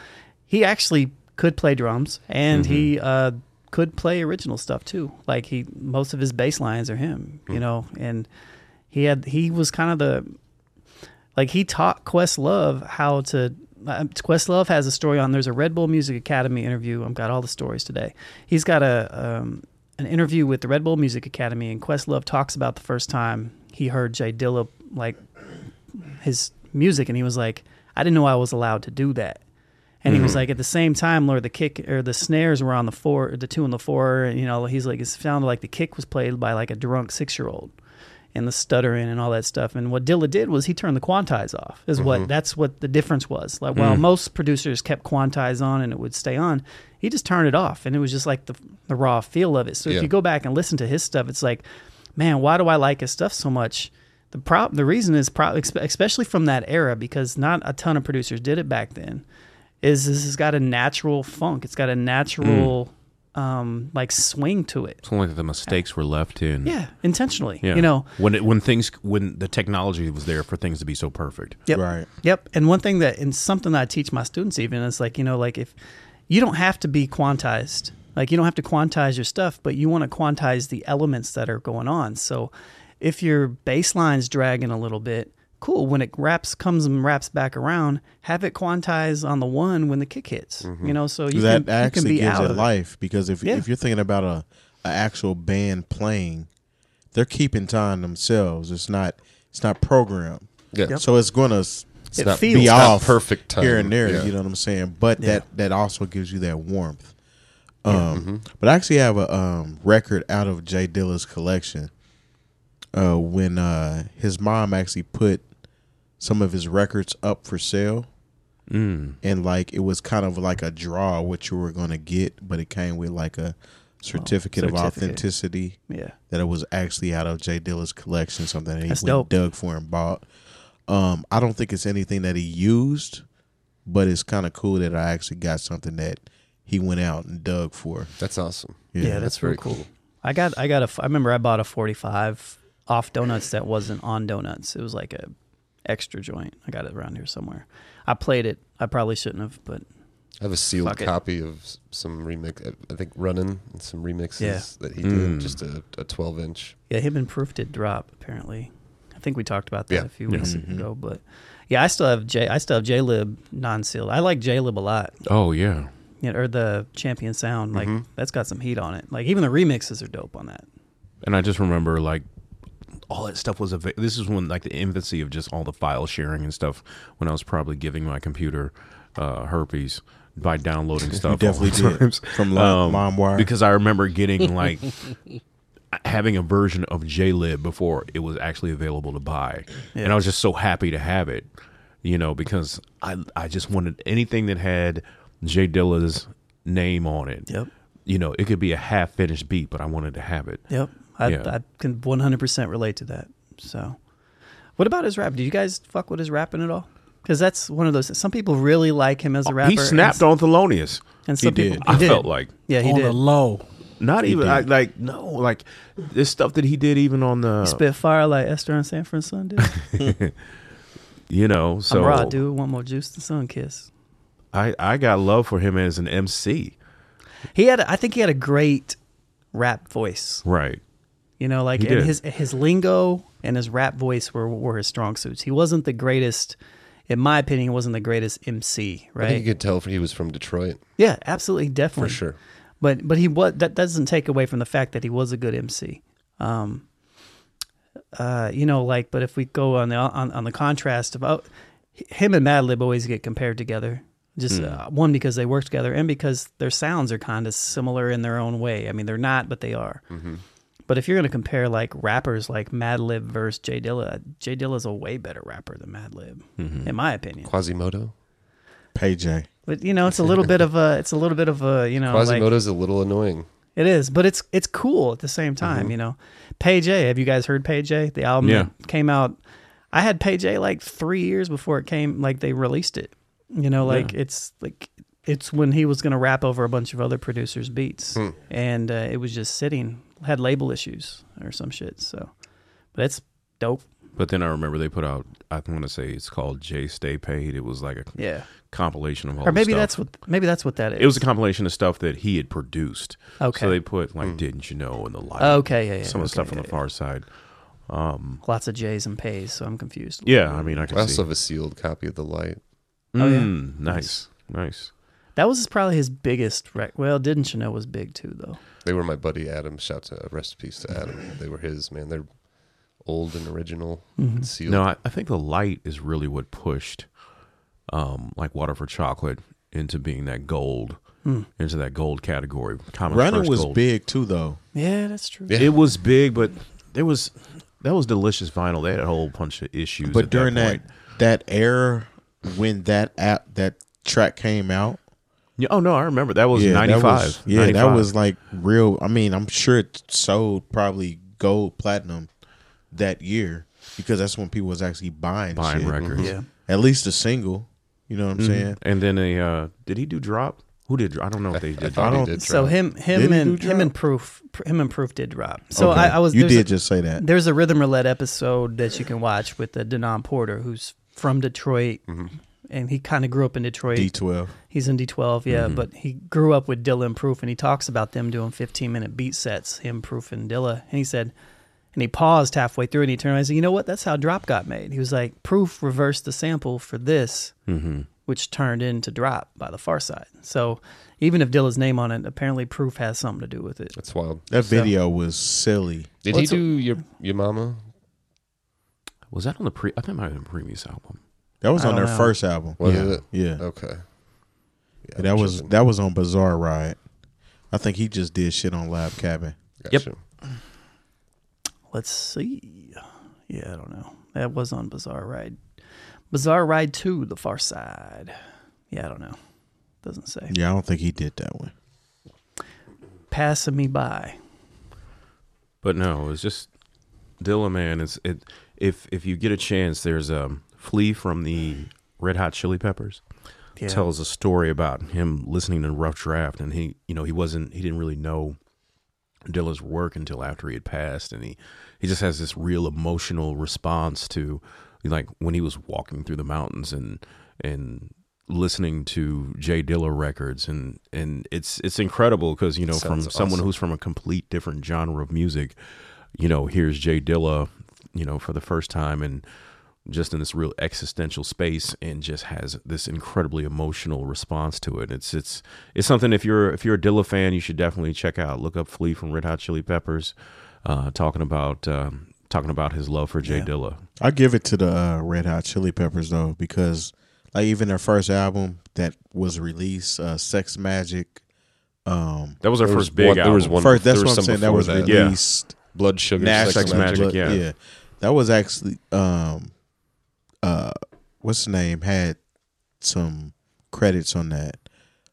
B: He actually could play drums, and he uh, could play original stuff too. Like he, most of his bass lines are him, you know. And he had he was kind of the like he taught Questlove how to. Uh, Questlove has a story on. There's a Red Bull Music Academy interview. I've got all the stories today. He's got a um, an interview with the Red Bull Music Academy, and Questlove talks about the first time he heard Jay Dilla like his music, and he was like, "I didn't know I was allowed to do that." And he was like, at the same time, Lord, the kick or the snares were on the four, the two and the four. And, you know, he's like, it sounded like the kick was played by like a drunk six year old and the stuttering and all that stuff. And what Dilla did was he turned the quantize off, is what that's what the difference was. Like, while most producers kept quantize on and it would stay on, he just turned it off. And it was just like the, the raw feel of it. So
D: Yeah.
B: if you go back and listen to his stuff, it's like, man, why do I like his stuff so much? The prop, the reason is probably, especially from that era, because not a ton of producers did it back then is this has got a natural funk. It's got a natural um like swing to it.
C: It's only that the mistakes were left in.
B: Yeah, intentionally.
C: Yeah.
B: You know.
C: when it, when things when the technology was there for things to be so perfect.
B: Yep.
F: Right.
B: Yep. And one thing that and something that I teach my students even is like, you know, like if you don't have to be quantized. Like you don't have to quantize your stuff, but you want to quantize the elements that are going on. So if your baseline's dragging a little bit, cool. When it wraps comes and wraps back around, have it quantize on the one when the kick hits. You know, so you
F: that
B: can, you can
F: actually
B: be
F: gives
B: out
F: it
B: of it.
F: life because if
B: Yeah.
F: if you're thinking about a, a actual band playing, they're keeping time themselves. It's not it's not programmed,
D: Yeah.
F: so it's going to
B: It
D: not-
B: feels
F: be
D: It's not
F: off
D: perfect
F: here
D: time,
F: and there.
D: yeah.
F: You know what I'm saying? But that that also gives you that warmth. Um,
D: Mm-hmm.
F: But I actually have a um, record out of Jay Dilla's collection. Uh, when uh, his mom actually put some of his records up for sale,
D: Mm.
F: and like it was kind of like a draw what you were going to get, but it came with like a certificate, of
B: certificate.
F: authenticity
B: Yeah.
F: that it was actually out of Jay Dilla's collection, something that he
B: That's
F: went
B: dope.
F: dug for and bought. Um, I don't think it's anything that he used, but it's kind of cool that I actually got something that he went out and dug for.
D: That's awesome.
F: Yeah,
B: Yeah, that's very cool. I got I got a f- I remember I bought a 45 off donuts that wasn't on donuts. It was like a extra joint. I got it around here somewhere. I played it. I probably shouldn't have, but
D: I have a sealed
B: Fuck it.
D: copy of s- some remix. I- I think running and some remixes
B: Yeah.
D: that he did, just a, a 12 inch.
B: yeah, him and Proof did drop apparently. I think we talked about that
D: Yeah.
B: a few weeks ago, but yeah, I still have J I still have J-Lib non-sealed. I like J-Lib a lot.
C: Oh yeah,
B: You know, or the Champion Sound like that's got some heat on it. Like even the remixes are dope on that.
C: and I just remember like all that stuff was available. This is when like the infancy of just all the file sharing and stuff. When I was probably giving my computer uh, herpes by downloading stuff. all
F: definitely
C: the
F: did.
C: times. Um,
F: From Lime- LimeWire.
C: because I remember getting like. Having a version of JLib before it was actually available to buy, and I was just so happy to have it, you know, because I I just wanted anything that had Jay Dilla's name on it.
B: Yep.
C: You know, it could be a half finished beat, but I wanted to have it.
B: Yep. I,
C: Yeah.
B: I can 100% relate to that. So, what about his rap? Do you guys fuck with his rapping at all? Because that's one of those. Some people really like him as a rapper.
C: Oh, He snapped on Thelonious.
B: And some
F: He
B: people,
F: did.
B: he
C: I
B: did.
C: felt like
B: Yeah, he
E: on the
B: did.
E: low.
C: not even I, like no like this stuff that he did even on the
B: Spit fire like Esther and San Francisco did.
C: you know so
B: I'm raw, dude. One more juice than sun kiss.
C: I I got love for him as an MC
B: He had. A, I think he had a great rap voice.
C: right
B: You know, like
C: He
B: and
C: did.
B: his his lingo and his rap voice were were his strong suits. He wasn't the greatest, in my opinion. He wasn't the greatest MC.
D: I
B: Right.
D: think you could tell he was from Detroit
B: Yeah, absolutely, definitely
D: for sure.
B: But but he was that doesn't take away from the fact that he was a good MC. Um, uh, you know, like but if we go on the on, on the contrast of oh, him and Madlib always get compared together. Just uh, one because they work together, and because their sounds are kind of similar in their own way. I mean, they're not, but they are. But if you're going to compare like rappers like Madlib versus Jay Dilla, Jay Dilla's a way better rapper than Madlib, in my opinion.
D: Quasimodo.
F: Payjay.
B: But you know, it's a little bit of a, it's a little bit of a, you know, like,
D: Quasimodo's a little annoying.
B: it is, but it's it's cool at the same time. You know, Pay J. Have you guys heard Pay J? The album
C: Mm-hmm. Yeah.
B: that came out. I had Pay J like three years before it came, like they released it. You know, like it's like it's when he was going to rap over a bunch of other producers' beats,
C: Hmm.
B: and uh, it was just sitting, had label issues or some shit. So, but it's dope.
C: But then I remember they put out. I want to say it's called Jay Stay Paid. It was like a
B: Yeah,
C: compilation of all.
B: or maybe
C: the stuff.
B: that's what maybe that's what that is.
C: it was a compilation of stuff that he had produced.
B: Okay.
C: So they put like "Didn't You Know" and the like.
B: Okay, yeah, yeah,
C: Some of the
B: okay,
C: stuff on
B: yeah,
C: the
B: yeah.
C: far side.
B: lots of J's and pays, so I'm confused.
C: Yeah, I mean, I can
D: I
C: see.
D: also have a sealed copy of The Light.
B: Oh, yeah.
C: Mm, nice, nice.
B: That was probably his biggest. Rec- well, didn't you know was big too though.
D: They were my buddy Adam. Shout to rest in peace to Adam. They were his man. They're old and original.
F: Mm-hmm.
D: and Sealed.
C: No, I, I think the light is really what pushed, um, like Water for Chocolate into being that gold, into that gold category. Common
F: Running
C: first
F: was
C: gold.
F: big too, though.
B: Yeah, that's true.
D: Yeah.
C: It was big, but there was that was delicious vinyl. They had a whole bunch of issues.
F: But
C: at
F: during
C: that,
F: that
C: point.
F: that era when that app that track came out,
C: Yeah, oh no, I remember that was
F: that
C: ninety five.
F: was- yeah, that was like real. I mean, I'm sure it sold probably gold platinum that year because that's when people was actually buying
C: buying
F: shit.
C: records.
B: Yeah.
F: At least a single. You know what I'm
B: Mm-hmm.
F: saying?
C: And then they uh, did he do drop? Who did? Dro- I don't know if they did. drop.
D: thought he
F: don't-
D: did
B: So
D: try.
B: him, him,
F: Did he
B: and
F: do
B: him
F: drop?
B: and proof, Pr- him and proof did drop. So
F: Okay.
B: I, I was.
F: You
B: there's
F: did
B: a,
F: just say that.
B: There's a rhythm roulette episode that you can watch with uh, Denon Porter, who's from Detroit,
F: Mm-hmm.
B: and he kind of grew up in Detroit.
F: D12.
B: He's in D12, yeah, but he grew up with Dilla and Proof, and he talks about them doing 15 minute beat sets, him, Proof, and Dilla. And he said, and he paused halfway through and he turned around and said, You know what? That's how Drop got made. He was like, Proof reversed the sample for this, which turned into Drop by the far side. So even if Dilla's name on it, apparently Proof has something to do with it.
D: That's wild.
F: That video was silly.
D: Did he
B: What's a-
D: do your your mama?
C: Was that on the pre? I think it might have been the previous album.
F: That was
B: I
F: on
B: don't
F: their
B: know.
F: first album.
D: Was
F: yeah.
D: it?
F: Yeah.
D: Okay. Yeah,
F: that
D: I'm
F: was
D: tripping.
F: that was on Bizarre Ride. I think he just did shit on Lab Cabin.
C: Yep.
D: Gotcha.
B: Let's see. Yeah, I don't know. That was on Bizarre Ride. Bizarre Ride 2, the far side. Yeah, I don't know. Doesn't say.
F: Yeah, I don't think he did that one.
B: Passing me by.
C: But no, it was just Dilla man. It's it. If if you get a chance, there's um Flea from the Red Hot Chili Peppers.
B: Yeah.
C: tells a story about him listening to Rough Draft, and he, you know, he wasn't, he didn't really know Dilla's work until after he had passed, and he, he just has this real emotional response to, like, when he was walking through the mountains and and listening to Jay Dilla records, and and it's it's incredible because you know from
D: Sounds
C: someone
D: awesome.
C: who's from a complete different genre of music, you know, here's Jay Dilla, you know, for the first time and just in this real existential space and just has this incredibly emotional response to it. It's it's it's something if you're if you're a Dilla fan, you should definitely check out. Look up Flea from Red Hot Chili Peppers, uh, talking about um, talking about his love for Jay Dilla.
F: I give it to the uh, Red Hot Chili Peppers though, because like even their first album that was released, uh, Sex Magic. Um,
C: That was our
D: There was
C: first big
D: one- there
C: album.
D: was one-
F: first, that's
D: there
F: what
D: was some
F: I'm saying. That
D: before
F: was
D: that.
C: Yeah.
F: released
D: Blood sugar.
F: national.
D: Sex
C: Magic,
D: magic.
C: yeah.
F: that was actually um, uh, what's the name had some credits on that.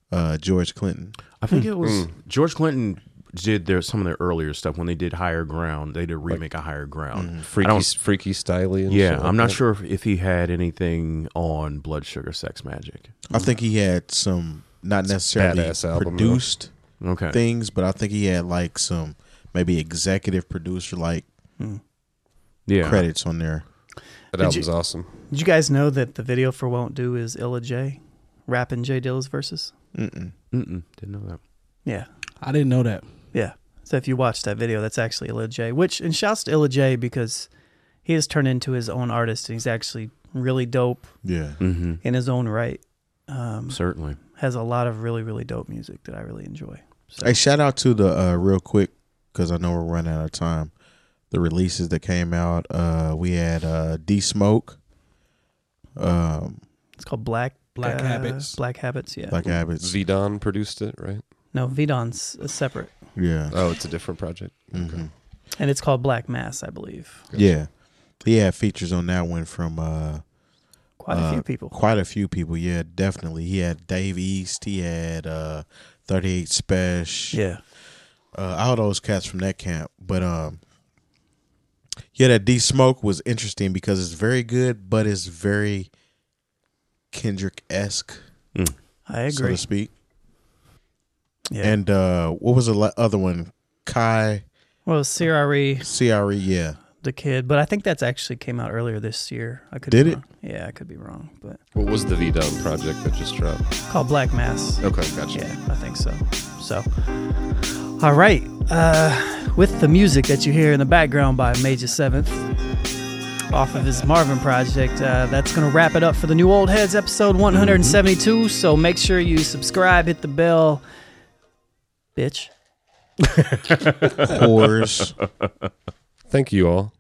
F: Uh, George Clinton.
C: I think it was
D: Mm.
C: George Clinton did their some of their earlier stuff when they did Higher Ground. They did a remake of Higher Ground. I
D: Freaky,
C: don't-
D: freaky, styly. And
C: yeah,
D: shit like
C: I'm not
D: that.
C: sure if, if he had anything on Blood Sugar Sex Magic.
F: I think he had some not necessarily
D: badass album, though.
F: produced.
C: Okay.
F: things, but I think he had like some maybe executive producer like
C: yeah.
F: credits on there.
D: That
B: Did
D: album's
B: you-
D: awesome.
B: Did you guys know that the video for Won't Do is Illa J rapping J Dilla's verses?
F: Mm-mm.
C: Mm-mm, didn't know that.
B: Yeah.
E: I didn't know that.
B: Yeah. So if you watch that video, that's actually Illa J, which, and shouts to Illa J because he has turned into his own artist and he's actually really dope
F: Yeah,
C: Mm-hmm.
B: in his own right. Um,
C: Certainly.
B: has a lot of really, really dope music that I really enjoy.
F: Hey, shout out to the uh, real quick because I know we're running out of time. The releases that came out, uh, we had uh, D Smoke, um,
B: It's called Black uh,
E: Black Habits.
B: Black Habits, yeah.
F: Black Habits.
D: Vidon produced it, right?
B: no, Vidon's uh, separate.
F: yeah,
D: Oh, it's a different project.
C: Mm-hmm.
F: Mhm.
B: And it's called Black Mass, I believe.
F: yeah. He had features on that one from uh,
B: Quite a
F: Uh,
B: few people.
F: quite a few people. Yeah, definitely. He had Dave East. He had uh, Thirty Eight Special.
B: Yeah.
F: uh, all those cats from that camp. But um, yeah, that D Smoke was interesting because it's very good, but it's very Kendrick esque,
B: I
F: so
B: agree.
F: to speak.
B: yeah.
F: And uh, what was the la- other one? Kai
B: well, E CRE,
F: Cre, yeah.
B: the kid, but I think that's actually came out earlier this year. I could
F: Did
B: be
F: it?
B: Wrong. Yeah, I could be wrong, but
D: What was the V Dub project that just dropped?
B: called Black Mass.
F: Oh.
D: Okay, gotcha.
B: Yeah, I think so. So, all right. Uh, with the music that you hear in the background by Major Seventh, off of his Marvin project, uh, that's gonna wrap it up for the New Old Heads episode 172.
F: Mm-hmm.
B: So make sure you subscribe, hit the bell, bitch.
F: Horse.
D: Thank you all.